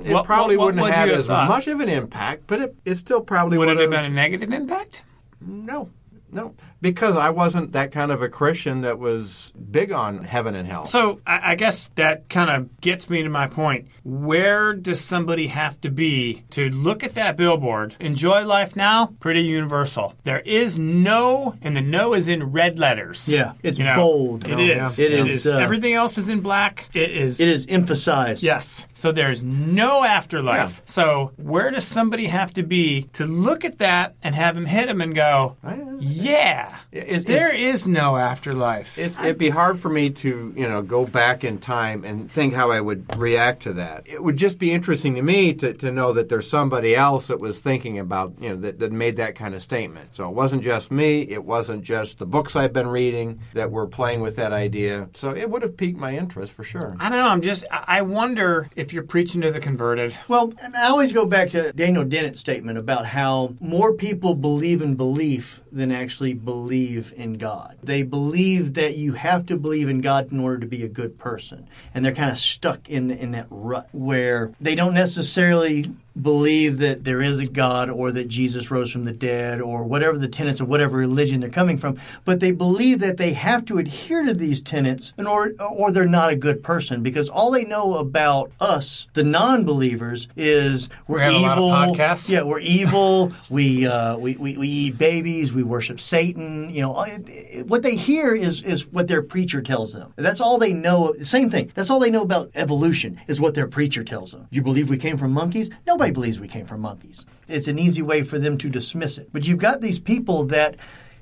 B: It
C: What-
B: probably
C: what- what
B: wouldn't
C: would
B: have had
C: you have
B: as
C: thought?
B: much of an impact, but it, it still probably
C: Would
B: would
C: it have been a negative impact?
B: No, no, because I wasn't that kind of a Christian that was big on heaven and hell.
C: So I, I guess that kind of gets me to my point. Where does somebody have to be to look at that billboard? Enjoy life now, pretty universal. There is no, and the no is in red letters.
A: Yeah, it's
C: You know,
A: bold.
C: It
A: No,
C: is.
A: yeah.
C: It
A: It
C: is.
A: is, uh,
C: Everything else is in black. It is.
A: It is emphasized.
C: Yes. So there's no afterlife.
B: Yeah.
C: So where does somebody have to be to look at that and have him hit him and go, yeah,
B: It-
C: there is no afterlife.
B: It, it'd be hard for me to, you know, go back in time and think how I would react to that. It would just be interesting to me to, to know that there's somebody else that was thinking about, you know, that, that made that kind of statement. So it wasn't just me. It wasn't just the books I've been reading that were playing with that idea. So it would have piqued my interest for sure.
C: I don't know. I'm just. I I wonder if you're preaching to the converted.
A: Well, and I always go back to Daniel Dennett's statement about how more people believe in belief than actually believe in God. They believe that you have to believe in God in order to be a good person, and they're kind of stuck in in that rut where they don't necessarily believe that there is a God or that Jesus rose from the dead or whatever the tenets of whatever religion they're coming from, but they believe that they have to adhere to these tenets in order or they're not a good person because all they know about us, the non believers, is we're
C: We have a lot of
A: evil.
C: podcasts.
A: Yeah, we're evil. we, uh, we, we we eat babies. We worship Satan. You know, it- it- what they hear is is what their preacher tells them. That's all they know. Same thing. That's all they know about evolution is what their preacher tells them. You believe we came from monkeys? Nobody believes we came from monkeys. It's an easy way for them to dismiss it. But you've got these people that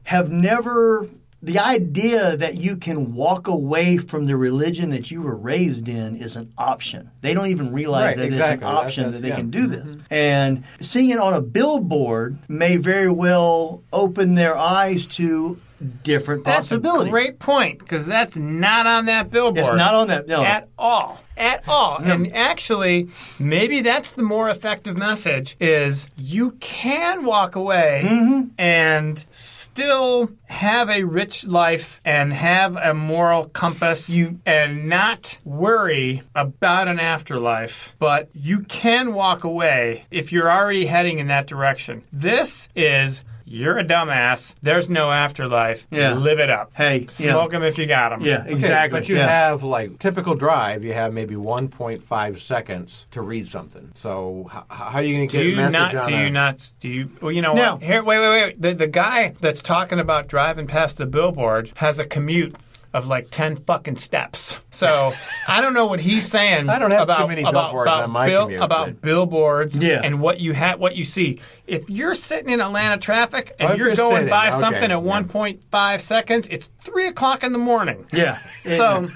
A: have never the idea that you can walk away from the religion that you were raised in is an option. They don't even realize
B: Right,
A: that it's
B: exactly.
A: an
B: That's-
A: option
B: that's-
A: that they
B: yeah.
A: can do this. And seeing it on a billboard may very well open their eyes to different
C: That's a
A: possibilities.
C: great point because that's not on that billboard.
A: it's not on that. No.
C: at all at all and actually maybe that's the more effective message is you can walk away
A: Mm-hmm.
C: and still have a rich life and have a moral compass
A: You-
C: and not worry about an afterlife but you can walk away if you're already heading in that direction this is you're a dumbass. There's no afterlife.
A: Yeah.
C: Live it up.
A: Hey, yeah.
C: smoke them if you got them.
A: yeah, exactly.
B: But you
A: yeah.
B: have like typical drive. You have maybe 1.5 seconds to read something. So h- how are you going to
C: Do
B: get
C: you
B: a message
C: not?
B: on
C: Do
B: a-
C: you not? Do you? Well, you know
A: No.
C: what? Here, wait, wait, wait. The, the guy that's talking about driving past the billboard has a commute of like ten fucking steps. So I don't know what he's saying.
B: I don't have too
C: about,
B: many
C: about,
B: billboards
C: about
B: on my
C: bill-
B: commute,
C: about
B: but-
C: billboards
A: Yeah.
C: and what you ha- what you see. If you're sitting in Atlanta traffic and
B: Well, if
C: you're
B: you're
C: going
B: sitting,
C: by
B: okay,
C: something at
B: yeah.
C: 1.5 seconds, it's three o'clock in the morning.
A: Yeah.
C: So.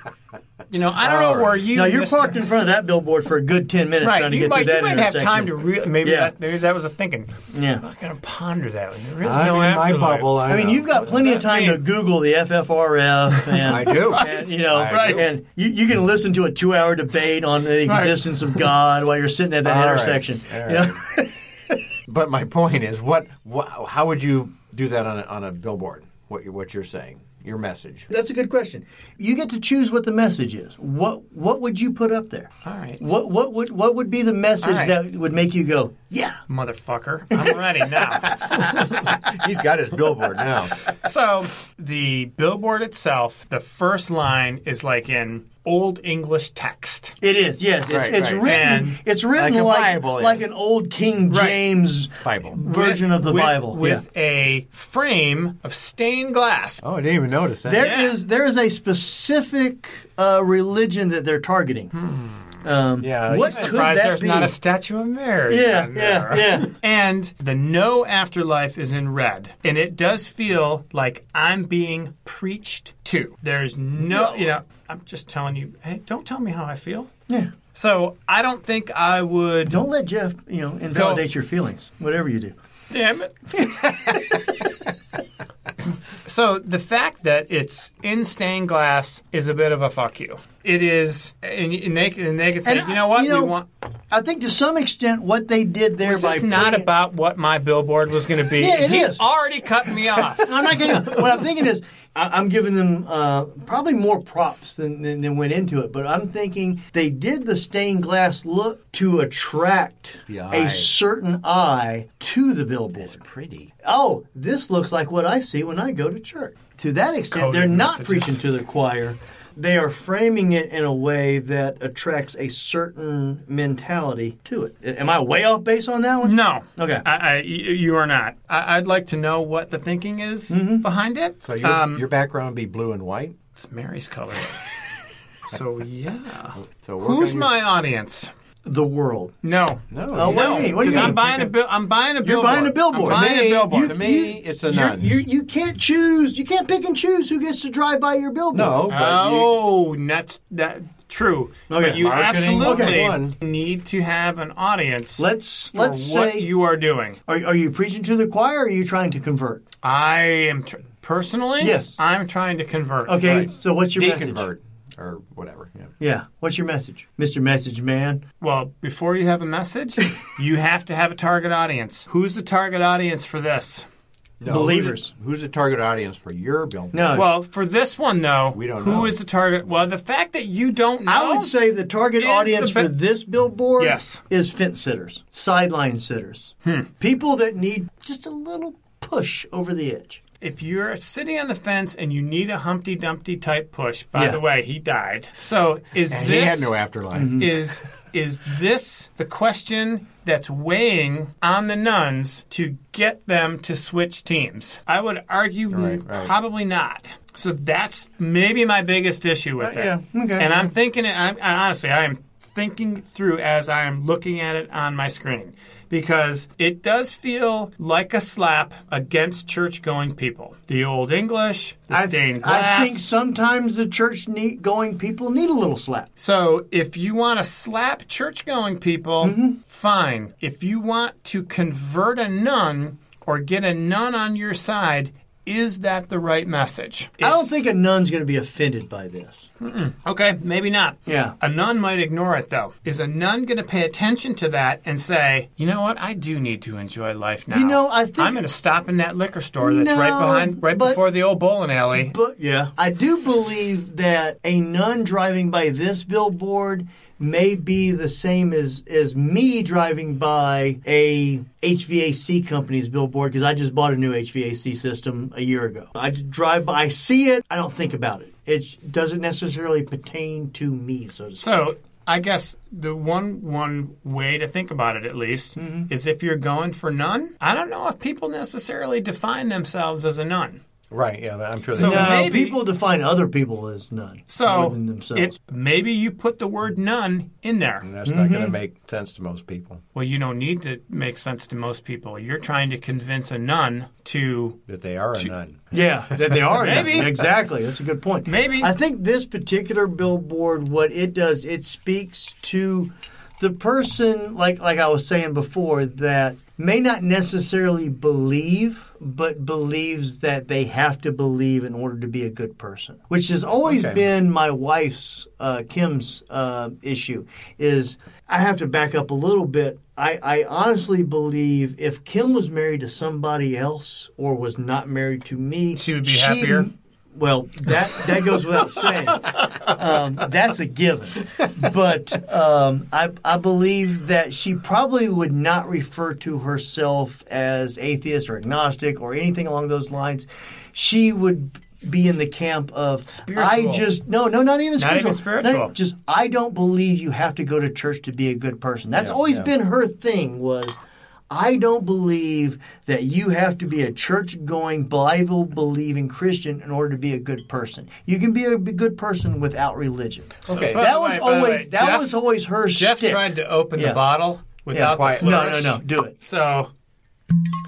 C: You know, I don't know where you.
A: now you're
C: Mr.
A: parked in front of that billboard for a good ten minutes
C: Right,
A: trying to
C: you
A: get
C: might,
A: to that
C: you might have
A: intersection.
C: time to really maybe
A: Yeah.
C: that maybe that was a thinking.
A: Yeah.
C: I'm not gonna ponder that one. There is
B: I'm
C: no
B: in my
C: afterlife.
B: bubble. I,
A: I mean,
B: know.
A: you've got plenty of
C: that
A: time to
C: mean?
A: Google the FFRF, and
B: I do.
A: and, you know,
B: I
C: Right. do.
A: and you, you can listen to a two-hour debate on the
C: Right.
A: existence of God while you're sitting at that
B: All right.
A: intersection.
B: All
A: You know?
B: But my point is, what, wha How would you do that on a, on a billboard? What you what you're saying, your message.
A: That's a good question. You get to choose what the message is. What What would you put up there?
C: All right.
A: What What would What would be the message
C: All right.
A: that would make you go, yeah?
C: Motherfucker. I'm ready now.
B: He's got his billboard now.
C: so the billboard itself, the first line is like in old English text.
A: It is. Yes. It's,
B: Right,
A: it's
B: right.
A: written.
C: And
A: it's written
B: like a
A: like
B: Bible is.
A: like an old King
C: Right.
A: James
B: Bible.
A: version
C: With-
A: of the
C: with-
A: Bible. Yeah.
C: With a frame of stained glass.
B: Oh, I didn't even notice that.
A: There is
C: Yeah.
A: there is a specific uh, religion that they're targeting.
C: Hmm.
A: Um,
B: Yeah,
A: what
B: I'm
A: could
C: Surprised
A: that
C: there's
A: be?
C: not a Statue of Mary.
A: Yeah,
C: on there.
A: yeah, yeah.
C: And the no afterlife is in red. And it does feel like I'm being preached to. There's no, you know, I'm just telling you, hey, don't tell me how I feel.
A: yeah.
C: So I don't think I would.
A: Don't let Jeff, you know, invalidate your feelings. Whatever you do,
C: Damn it. so the fact that it's in stained glass is a bit of a fuck you. It is, and, and they and they can say,
A: And
C: you know what,
A: you know,
C: we want.
A: I think to some extent what they did there
C: This
A: by
C: is not
A: putting-
C: about what my billboard was going to be.
A: Yeah, it
C: and he's
A: is.
C: already cut me off.
A: I'm not gonna. what I'm thinking is, I, I'm giving them uh, probably more props than, than than went into it. But I'm thinking they did the stained glass look to attract
B: The eye.
A: a certain eye to the billboard.
B: pretty.
A: oh, this looks like what I see when I go to church. To that extent,
C: Coded
A: they're not
C: messages.
A: preaching to the choir. They are framing it in a way that attracts a certain mentality to it. Am I way off base on that one?
C: No.
A: Okay.
C: I, I, y- you are not. I, I'd like to know what the thinking is
A: Mm-hmm.
C: behind it.
B: So your,
C: Um,
B: your background would be blue and white.
C: it's Mary's color. so yeah.
B: So work
C: Who's
B: on your-
C: my audience?
A: The world.
C: No.
A: Oh,
B: No. you
A: what do
C: No,
A: you mean? What do you
C: 'cause I'm
A: mean?
C: buying a bill. I'm buying a
A: You're
C: billboard.
A: buying a billboard.
C: I'm buying
B: To me,
C: a billboard.
B: To me, it's a
A: You're-
B: nun.
A: You, you can't choose. You can't pick and choose who gets to drive by your billboard.
B: no, but you,
C: Oh, that's that true.
A: Okay.
C: But you
B: Marketing
C: absolutely
B: 101.
C: need to have an audience
A: Let's
C: for
A: let's
C: what
A: say
C: you are doing.
A: are, are you preaching to the choir? or Are you trying to convert?
C: I am tr- personally.
A: Yes.
C: I'm trying to convert.
A: Okay, so what's your message?
B: deconvert or whatever. Yeah.
A: Yeah, what's your message, Mister Message Man?
C: Well, before you have a message, you have to have a target audience. Who's the target audience for this?
B: No,
A: Believers.
B: Who's, who's the target audience for your billboard?
A: No,
C: Well, for this one though,
B: Uh, We don't
C: who
B: know.
C: is the target? Well, the fact that you don't know,
A: I would say the target
C: Is
A: audience
C: the be-
A: for this billboard
C: Yes. Hmm.
A: is fence sitters, sideline sitters, people that need just a little push over the edge.
C: if you're sitting on the fence and you need a Humpty Dumpty type push. By
A: Yeah.
C: the way, he died. So is
B: And
C: this Mm-hmm.
B: he had no afterlife.
C: is is this the question that's weighing on the nuns to get them to switch teams? I would argue
B: Right, right.
C: probably not. So that's maybe my biggest issue with
B: Uh,
C: it.
B: yeah,
A: okay.
C: And I'm thinking it. I'm, I honestly, I'm thinking through as I'm looking at it on my screen. because it does feel like a slap against church going people. The Old English, the
A: I,
C: stained glass.
A: I think sometimes the church need, going people need a little slap.
C: So if you want to slap church going people,
A: Mm-hmm.
C: fine. If you want to convert a nun or get a nun on your side, is that the right message?
A: I don't
C: It's-
A: think a nun's going to be offended by this.
C: okay, maybe not.
A: Yeah.
C: A nun might ignore it though. Is a nun going to pay attention to that and say, "You know what? I do need to enjoy life now.
A: You know, I think-
C: I'm going to stop in that liquor store that's right
A: No,
C: behind, right
A: but-
C: before the old bowling alley."
A: But yeah, I do believe that a nun driving by this billboard may be the same as as me driving by a HVAC company's billboard because I just bought a new HVAC system a year ago. I just drive by, I see it, I don't think about it. It doesn't necessarily pertain to me, so to speak.
C: So I guess the one one way to think about it, at least,
A: Mm-hmm.
C: is if you're going for none. I don't know if people necessarily define themselves as a nun.
B: Right, yeah, I'm sure they
C: So-
B: do.
A: No,
C: maybe-
A: people define other people as none. more
C: So
A: than themselves. Mm-hmm.
C: it, maybe you put the word none in there.
B: And that's not going to make sense to most people
C: Well, you don't need to make sense to most people. You're trying to convince a nun to
B: that they are a nun.
A: Yeah, that they are.
C: Maybe.
A: Yeah, Exactly. That's a good point.
C: Maybe.
A: I think this particular billboard, what it does, it speaks to the person, like like I was saying before, that may not necessarily believe, but believes that they have to believe in order to be a good person, which has always
B: Okay.
A: been my wife's uh, Kim's uh, issue. Is I have to back up a little bit. I, I honestly believe if Kim was married to somebody else or was not married to me,
C: She would be happier?
A: well, that that goes without saying. Um, that's a given. But um, I I believe that she probably would not refer to herself as atheist or agnostic or anything along those lines. She would be in the camp of I
C: Spiritual.
A: just no no not even
C: Not
A: spiritual
C: even spiritual.
A: just I don't believe you have to go to church to be a good person. That's
B: Yeah,
A: always
B: yeah.
A: been her thing was I don't believe that you have to be a church going, Bible believing Christian in order to be a good person. You can be a b- good person without religion.
B: Okay.
C: By
A: that
C: the
A: was
C: way, by the
A: always
C: way,
A: that
C: Jeff-
A: was always her
C: Jeff
A: shtick.
C: tried to open
A: Yeah.
C: the bottle without
B: quiet.
C: the
A: no, no,
C: flourish.
A: no, do it.
C: So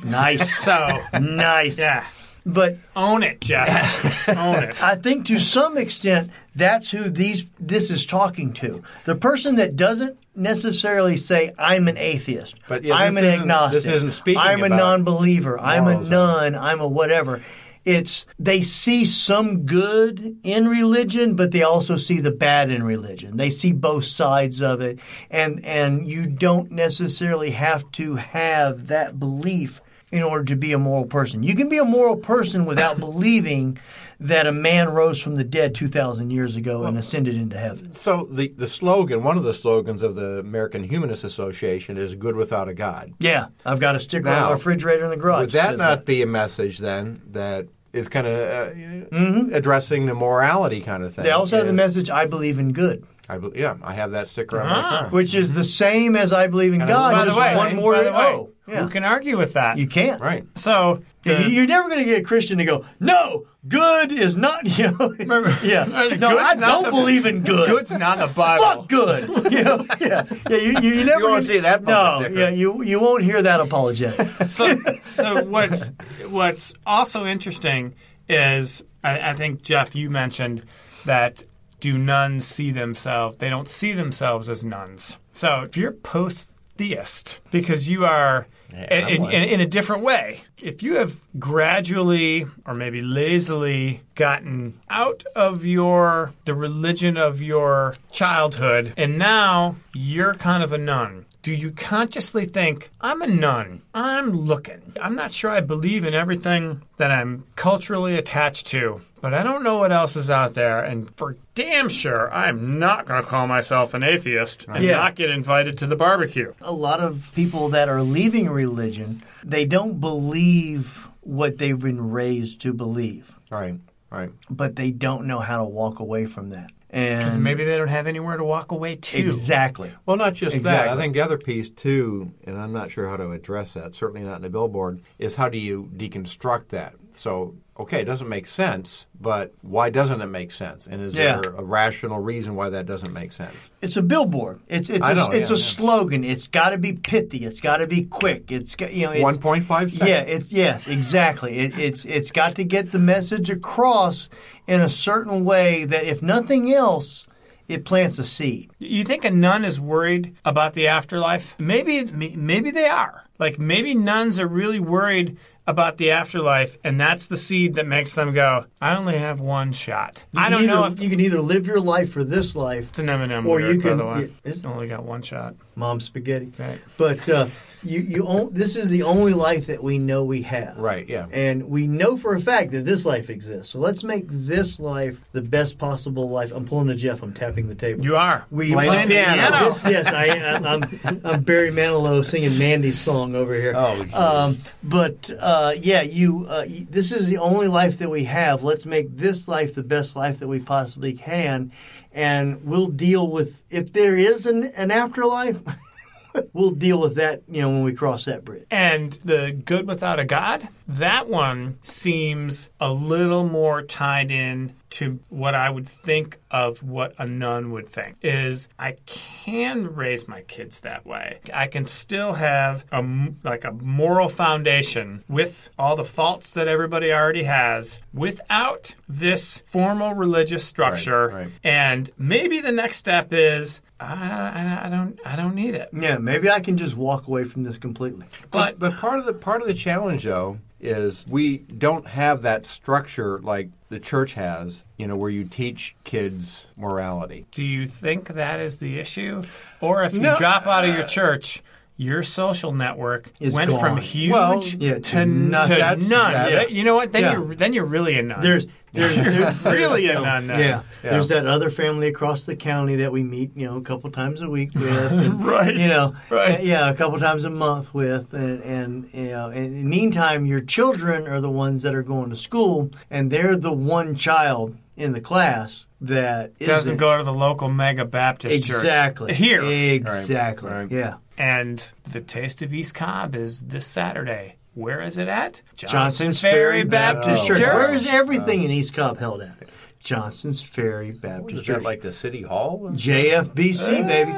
A: Nice.
C: so
A: nice.
C: yeah,
A: But
C: own it, Jeff. own it.
A: I think to some extent that's who these this is talking to. The person that doesn't necessarily say I'm an atheist,
B: But, yeah,
A: I'm
B: this
A: an
B: isn't-
A: agnostic,
B: this isn't speaking
A: I'm a
B: about
A: non-believer, I'm a
B: morals.
A: nun, I'm a whatever. It's they see some good in religion, but they also see the bad in religion. They see both sides of it, and and you don't necessarily have to have that belief in order to be a moral person. You can be a moral person without believing that a man rose from the dead 2,000 years ago and ascended into heaven.
B: So the, the slogan, one of the slogans of the American Humanist Association is good without a God.
A: Yeah, I've got a sticker on
B: Now,
A: my refrigerator in the garage.
B: Would that
A: says
B: not be a message then that is kind of uh, addressing the morality kind of thing?
A: Mm-hmm. They also have the
B: And
A: message, I believe in good,
B: I, bel- yeah, I have that sticker on
C: Ah.
B: my car.
A: which is the same as I believe in
B: And
A: God.
C: by the
A: just
C: way,
A: one more
C: by the way,
A: oh, yeah.
C: who can argue with that?
A: You can't.
B: Right.
C: so
A: Yeah,
C: the-
A: you- You're never going to get a Christian to go, no, good is not, you know. yeah. No,
C: Good's
A: I
C: not
A: don't
C: the-
A: believe in good.
C: good's not the Bible.
A: Fuck good. You know? Yeah. Yeah. You, you, you never
B: won't see that
A: No.
B: bumper sticker.
A: Yeah. You you won't hear that apologetic.
C: so, so what's what's also interesting is I, I think Jeff, you mentioned that do nuns see themselves? They don't see themselves as nuns. So if you're post theist because you are.
B: I'm
C: in,
B: one.
C: in, in a different way. If you have gradually or maybe lazily gotten out of your the religion of your childhood and now you're kind of a nun. Do you consciously think I'm a nun? I'm looking. I'm not sure I believe in everything that I'm culturally attached to, but I don't know what else is out there and for damn sure I'm not going to call myself an atheist and
A: Yeah.
C: not get invited to the barbecue.
A: a lot of people that are leaving religion, they don't believe what they've been raised to believe,
B: All right, all right.
A: but they don't know how to walk away from that.
C: Because
A: And
C: maybe they don't have anywhere to walk away to.
A: exactly.
B: Well, not just that. I
A: Exactly.
B: think the other piece too, and I'm not sure how to address that. Certainly not in a billboard. Is how do you deconstruct that So, okay, it doesn't make sense, but why doesn't it make sense? And is
A: Yeah.
B: there a rational reason why that doesn't make sense?
A: It's a billboard. It's it's
B: I know,
A: a, it's
B: yeah,
A: a
B: yeah.
A: slogan. It's got to be pithy. It's got to be quick. It's got- you know it's,
B: 1.5 seconds.
A: Yeah, it's yes, exactly. It, it's it's got to get the message across in a certain way that if nothing else, it plants a seed.
C: You think a nun is worried about the afterlife? Maybe may- maybe they are. Like maybe nuns are really worried about the afterlife and that's the seed that makes them go, I only have one shot. I don't
A: You can
C: know
A: either-
C: if
A: you can either live your life for this life,
C: it's an Eminem
A: or
C: lyric,
A: you
C: by
A: can
C: the way.
A: yeah, it's
C: It's only got one shot.
A: mom spaghetti.
C: Right.
A: But uh, you you own, this is the only life that we know we have.
B: Right, yeah.
A: And we know for a fact that this life exists. So let's make this life the best possible life. I'm pulling the Jeff. I'm tapping the table.
C: You are.
A: We
B: Play
A: play
B: the piano.
A: Yes, yes, I, I'm, I'm Barry Manilow singing Mandy's song over here.
B: Oh, geez.
A: um, but uh, yeah, you. Uh, y- this is the only life that we have. Let's make this life the best life that we possibly can, and we'll deal with if there is an, an afterlife. we'll deal with that. You know, when we cross that bridge.
C: And the good without a God, that one seems a little more tied in to what I would think of what a nun would think is I can raise my kids that way. I can still have a m- like a moral foundation with all the faults that everybody already has without this formal religious structure.
B: right.
C: And maybe the next step is I, I, I don't I don't need it.
A: Yeah, maybe I can just walk away from this completely.
C: But
B: but part of the part of the challenge though is we don't have that structure like the church has, you know, where you teach kids morality.
C: Do you think that is the issue? Or if you
B: No.
C: drop out of your church, your social network
A: Is
C: went from
A: gone.
C: huge
B: Well,
A: yeah, to
C: to, to none.
A: nothing. That's-
B: that's-
C: You know what? Then
A: Yeah.
C: you're then you're really a nun.
A: There's there's, there's
C: really a
A: no,
C: nun now.
A: Yeah. There's that other family across the county that we meet, you know, a couple times a week with. and,
C: Right,
A: You know,
C: right.
A: Yeah, a couple times a month with, and and you know, and in the meantime, your children are the ones that are going to school, and they're the one child in the class that
C: doesn't
A: isn't.
C: go to the local mega Baptist
A: exactly
C: church here,
A: Exactly.
B: Right, right.
A: Yeah.
C: and the Taste of East Cobb is this Saturday. Where is it at?
A: Johnson's Ferry Baptist Church.
B: Church.
A: Where is everything in East Cobb held at? Johnson's Ferry Baptist
B: Is
A: Church.
B: that like the city hall?
A: JFBC, baby.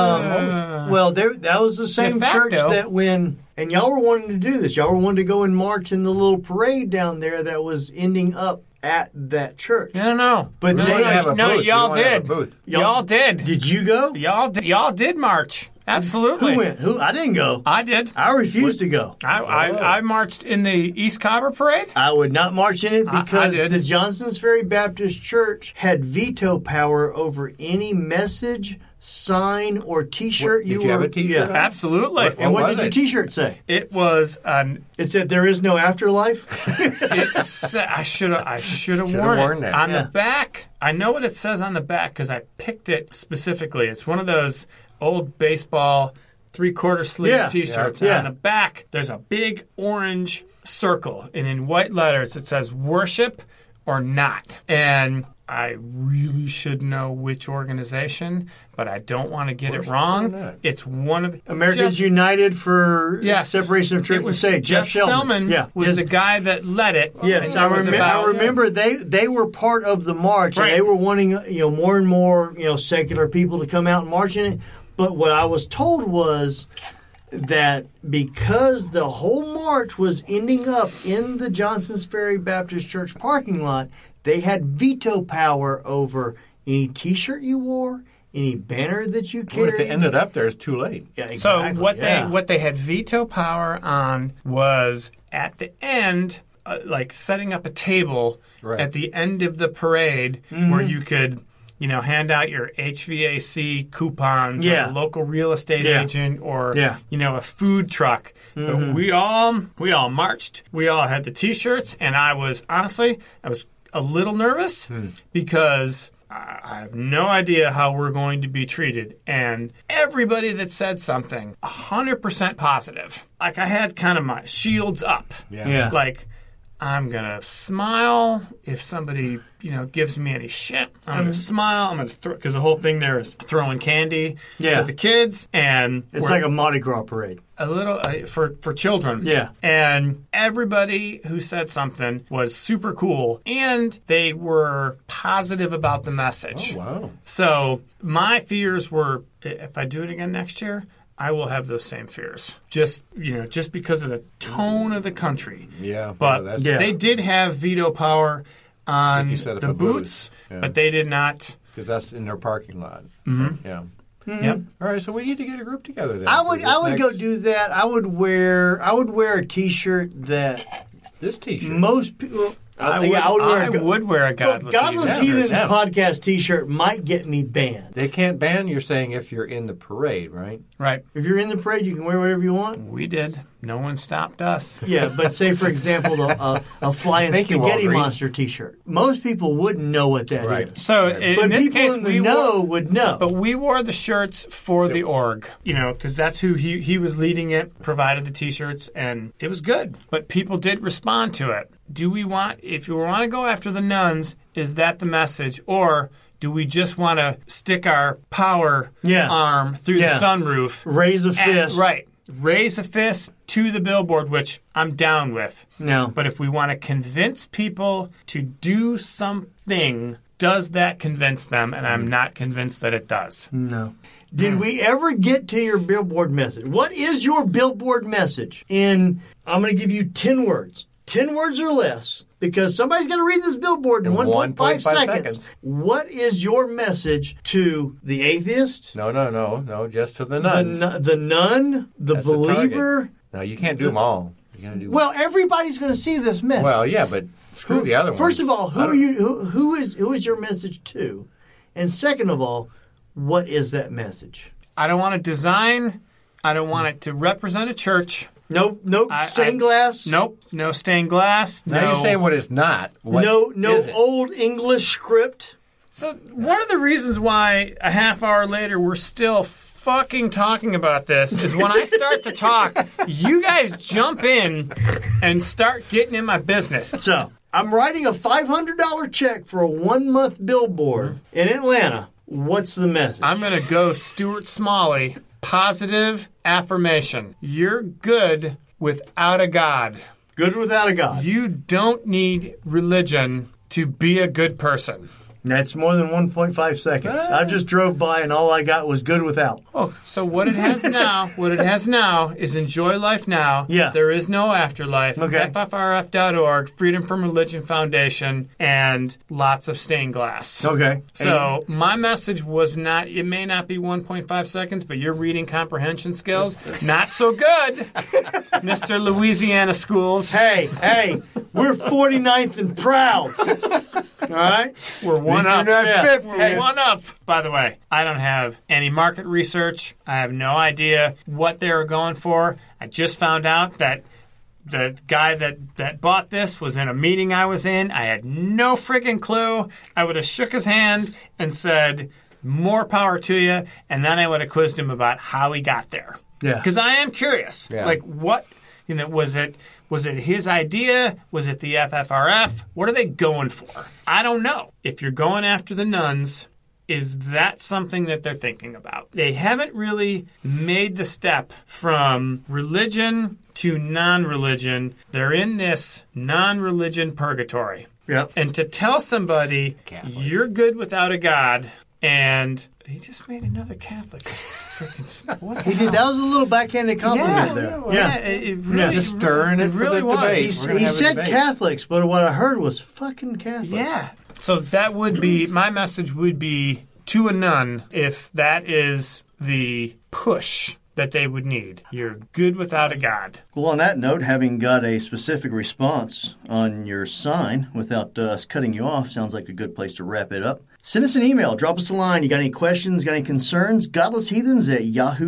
A: Um, well, there that was the same
C: De
A: church
C: facto.
A: that when and y'all were wanting to do this. Y'all were wanting to go and march in the little parade down there that was ending up at that church.
C: No, no, no.
A: But
C: no,
A: they
C: no,
A: have
B: a
C: no,
B: booth. They
C: y'all
B: wanna have
C: did.
B: a booth.
C: Y'all, did.
A: Did you go?
C: Y'all did. Y'all did march. Absolutely.
A: Who went? Who? I didn't go. I,
C: I did.
A: refused to go.
C: I, I, I marched in the East Cobber Parade.
A: I would not march in it
C: I- I
A: because
C: did.
A: the Johnson's Ferry Baptist Church had veto power over any message, sign, or T-shirt
B: What-
A: you
B: did
A: were.
B: you have a T-shirt
A: Yeah.
B: on?
C: Absolutely.
A: And what, did
B: What was
A: your
B: it?
A: T-shirt say?
C: It was an.
A: It said there is no afterlife.
C: It's. I should have. I should have
B: Shoulda
C: worn,
B: worn
C: it
B: that.
C: on
A: Yeah.
C: the back. I know what it says on the back because I picked it specifically. It's one of those old baseball three-quarter sleeve
A: Yeah.
C: T-shirts.
A: Yeah.
C: And On the back, there's a big orange circle, and in white letters, it says "Worship or Not." And I really should know which organization, but I don't want to get it
B: Not.
C: wrong. It's one of
A: Americans
C: Jeff-
A: United for
C: Yes.
A: separation of church
C: It was
A: and state.
C: Jeff, Selman
A: yeah,
C: was
A: His-
C: the guy that led it.
A: Yes,
C: And
A: I,
C: it was
A: remem-
C: about-
A: I remember they they were part of the march,
C: Right.
A: and they were wanting you know more and more you know secular people to come out and march in it. But what I was told was that because the whole march was ending up in the Johnson's Ferry Baptist Church parking lot, they had veto power over any T-shirt you wore, any banner that you
B: Well, if
A: carried.
B: it ended up there, it's too late.
A: Yeah,
C: So
A: exactly,
C: what
A: yeah.
C: they what they had veto power on was at the end, uh, like setting up a table
B: Right.
C: at the end of the parade where
A: Mm-hmm.
C: you could. You know, hand out your HVAC coupons, or
A: Yeah.
C: a local real estate
A: Yeah.
C: agent, or
A: Yeah.
C: you know, a food truck.
A: Mm-hmm.
C: But we all we all marched. We all had the T-shirts, and I was honestly I was a little nervous
A: Hmm.
C: because I I have no idea how we're going to be treated. And everybody that said something, hundred percent positive. Like I had kind of my shields up.
A: Yeah.
C: Like I'm gonna smile if somebody you know gives me any shit. I'm
A: Mm-hmm.
C: gonna smile. I'm gonna throw because the whole thing there is throwing candy
A: Yeah.
C: to the kids, and
A: It's
C: we're-
A: like a Mardi Gras parade.
C: a little uh, for for children.
A: Yeah.
C: And everybody who said something was super cool, and they were positive about the message.
B: Oh, Wow.
C: So my fears were i- if I do it again next year, I will have those same fears. Just you know, just because of the tone of the country.
B: Yeah,
C: But
B: yeah, that's-
A: Yeah.
C: they did have veto power on
B: If you set up
C: the
B: a booth,
C: boots,
B: yeah.
C: but they did not.
B: Because that's in their parking lot. Mm-hmm. Yeah.
C: Yep.
B: All right, so we need to get a group together then.
A: I
B: for
A: would
B: this
A: I would go
B: next-
A: do that. I would wear I would wear a T-shirt that
B: this T-shirt.
A: most people.
C: I would,
A: yeah, I would wear a go-
C: would wear a godless,
A: Godless
C: Heathen.
A: Heathens
C: Yeah.
A: podcast T-shirt might get me banned.
B: they can't ban. You're saying if you're in the parade, right?
C: Right.
A: If you're in the parade, you can wear whatever you want.
C: We did. No one stopped us.
A: Yeah, but say for example, a, a, a flying
B: Thank you,
A: spaghetti
B: Walgreens.
A: monster T-shirt. Most people wouldn't know what that is.
B: Right.
C: So in
A: But
C: this
A: people
C: case,
A: in the
C: we
A: know
C: wore,
A: would know.
C: but we wore the shirts for the org, you know, because that's who he he was leading it. Provided the t-shirts, and it was good. But people did respond to it. Do we want? If you want to go after the nuns, is that the message, or do we just want to stick our power
A: Yeah.
C: arm through
A: Yeah.
C: the sunroof?
A: Raise a
C: at-
A: fist.
C: Eh, right. Raise a fist to the billboard, which I'm down with.
A: No.
C: But if we want to convince people to do something, does that convince them? And I'm not convinced that it does.
A: No. Did we ever get to your billboard message? What is your billboard message? In I'm going to give you 10 words. 10 words or less because somebody's going to read this billboard in, 1.5
B: 1.5
A: seconds.
B: seconds.
A: What is your message to the atheist,
B: No, no, no, no. Just to the
A: the,
B: nuns.
A: nu- the nun, the
B: That's the
A: believer?
B: target. no, you can't do them all. You gotta do
A: well, everybody's going to see this message.
B: Well, yeah, but screw the other one.
A: First of all, who
B: I
A: are
B: don't-
A: you who, who is who is your message to? And second of all, what is that message?
C: I don't want to design. I don't want it to represent a church.
A: No, no
C: I- I-
A: stained glass.
C: Nope. No stained glass.
B: Now
C: no.
B: you're saying what it's not. What
A: no, no oh.
B: is it?
A: old English script.
C: So one of the reasons why a half hour later we're still fucking talking about this is when I start to talk, you guys jump in and start getting in my business.
A: So I'm writing a $500 check for a one month billboard in Atlanta. What's the message?
C: I'm going to go Stuart Smalley. Positive affirmation. You're good without a God.
A: good without a God.
C: You don't need religion to be a good person.
A: That's more than 1.5 seconds. I just drove by and all I got was good without.
C: Ah. Oh, so what it has now, what it has now is enjoy life now.
A: Yeah.
C: There is no afterlife.
A: Okay.
C: FFRF.org, Freedom from Religion Foundation, and lots of stained glass.
A: Okay.
C: So my message was not. It may not be 1.5 seconds, but your reading comprehension skills not so good, Mister Louisiana Schools.
A: hey, hey, we're 49th and proud. all right?
C: We're one
A: least
C: up.
A: you're not fifth,
C: We're
A: hey.
C: one up. By the way, I don't have any market research. I have no idea what they were going for. I just found out that the guy that, that bought this was in a meeting I was in. I had no freaking clue. I would have shook his hand and said, more power to you. And then I would have quizzed him about how he got there.
A: Yeah.
C: Because I am curious.
B: Yeah.
C: Like, what, you know, was it. Was it his idea? Was it the FFRF? What are they going for? I don't know. If you're going after the nuns, is that something that they're thinking about? They haven't really made the step from religion to non religion. They're in this non religion purgatory.
A: Yep.
C: And to tell somebody
B: Catholics.
C: you're good without a God and he just made another Catholic. Freaking, s- what the
A: He did,
C: hell?
A: that was a little backhanded compliment
C: Yeah.
A: there.
C: Yeah, it, it really,
B: Just stirring it for
C: really
B: the
C: was.
B: debate.
A: He,
B: We're gonna
A: he
B: have a
A: said
B: debate.
A: Catholics, but what I heard was fucking Catholics.
C: Yeah. So that would be my message would be to a nun if that is the push that they would need. You're good without a god.
A: Well, on that note, having got a specific response on your sign without uh, us cutting you off sounds like a good place to wrap it up. Send us an email, drop us a line. You got any questions, got any concerns? Godlessheathens at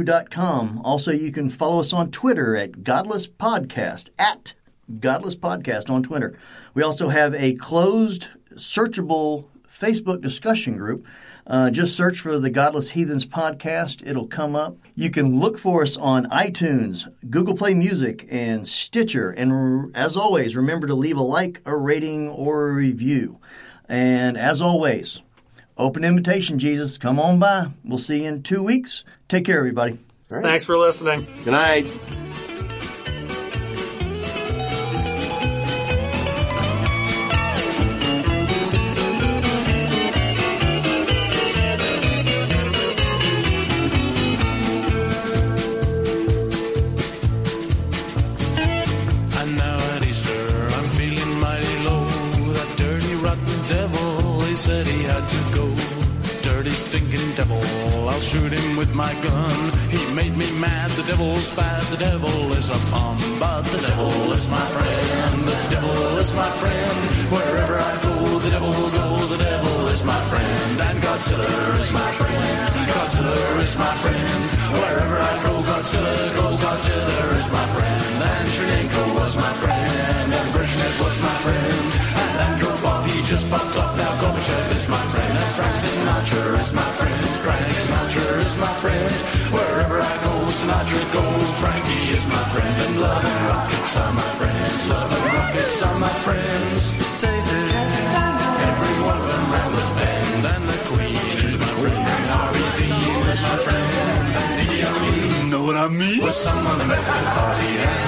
A: yahoo.com. Also, you can follow us on Twitter at Godless Podcast, at Godless Podcast on Twitter. We also have a closed, searchable Facebook discussion group. Uh, just search for the Godless Heathens podcast. It'll come up. You can look for us on iTunes, Google Play Music, and Stitcher. And r- as always, remember to leave a like, a rating, or a review. And as always, open invitation, Jesus. Come on by. We'll see you in two weeks. Take care, everybody.
B: All right.
C: Thanks for listening.
B: Good night.
D: And now at Easter, I'm feeling mighty low. That dirty, rotten devil, he said he had to go. Dirty, stinking devil, I'll shoot him with my gun. He made me mad, the devil's bad, the devil is a bum. But the devil is my friend, the devil is my friend. Wherever I go, the devil will go, the devil is my friend. And Godzilla is my friend, Godzilla is my friend. Wherever I go, Godzilla, go, Godzilla is my friend. And Shrenko was my friend, and Brezhnev was my friend. And Andrew Bobby just popped up, now Gorbachev is my friend. And Frank Sinatra is my friend, Frank Sinatra is my friend. Wherever I go, Sinatra goes, Frankie is my friend. And love and rockets are my friends, love and rockets are my friends. Every one of them round the bend, and the Queen is my friend, and Harvey Dean is my friend. And Idi Amin, know what I mean? Was someone I met at the party, and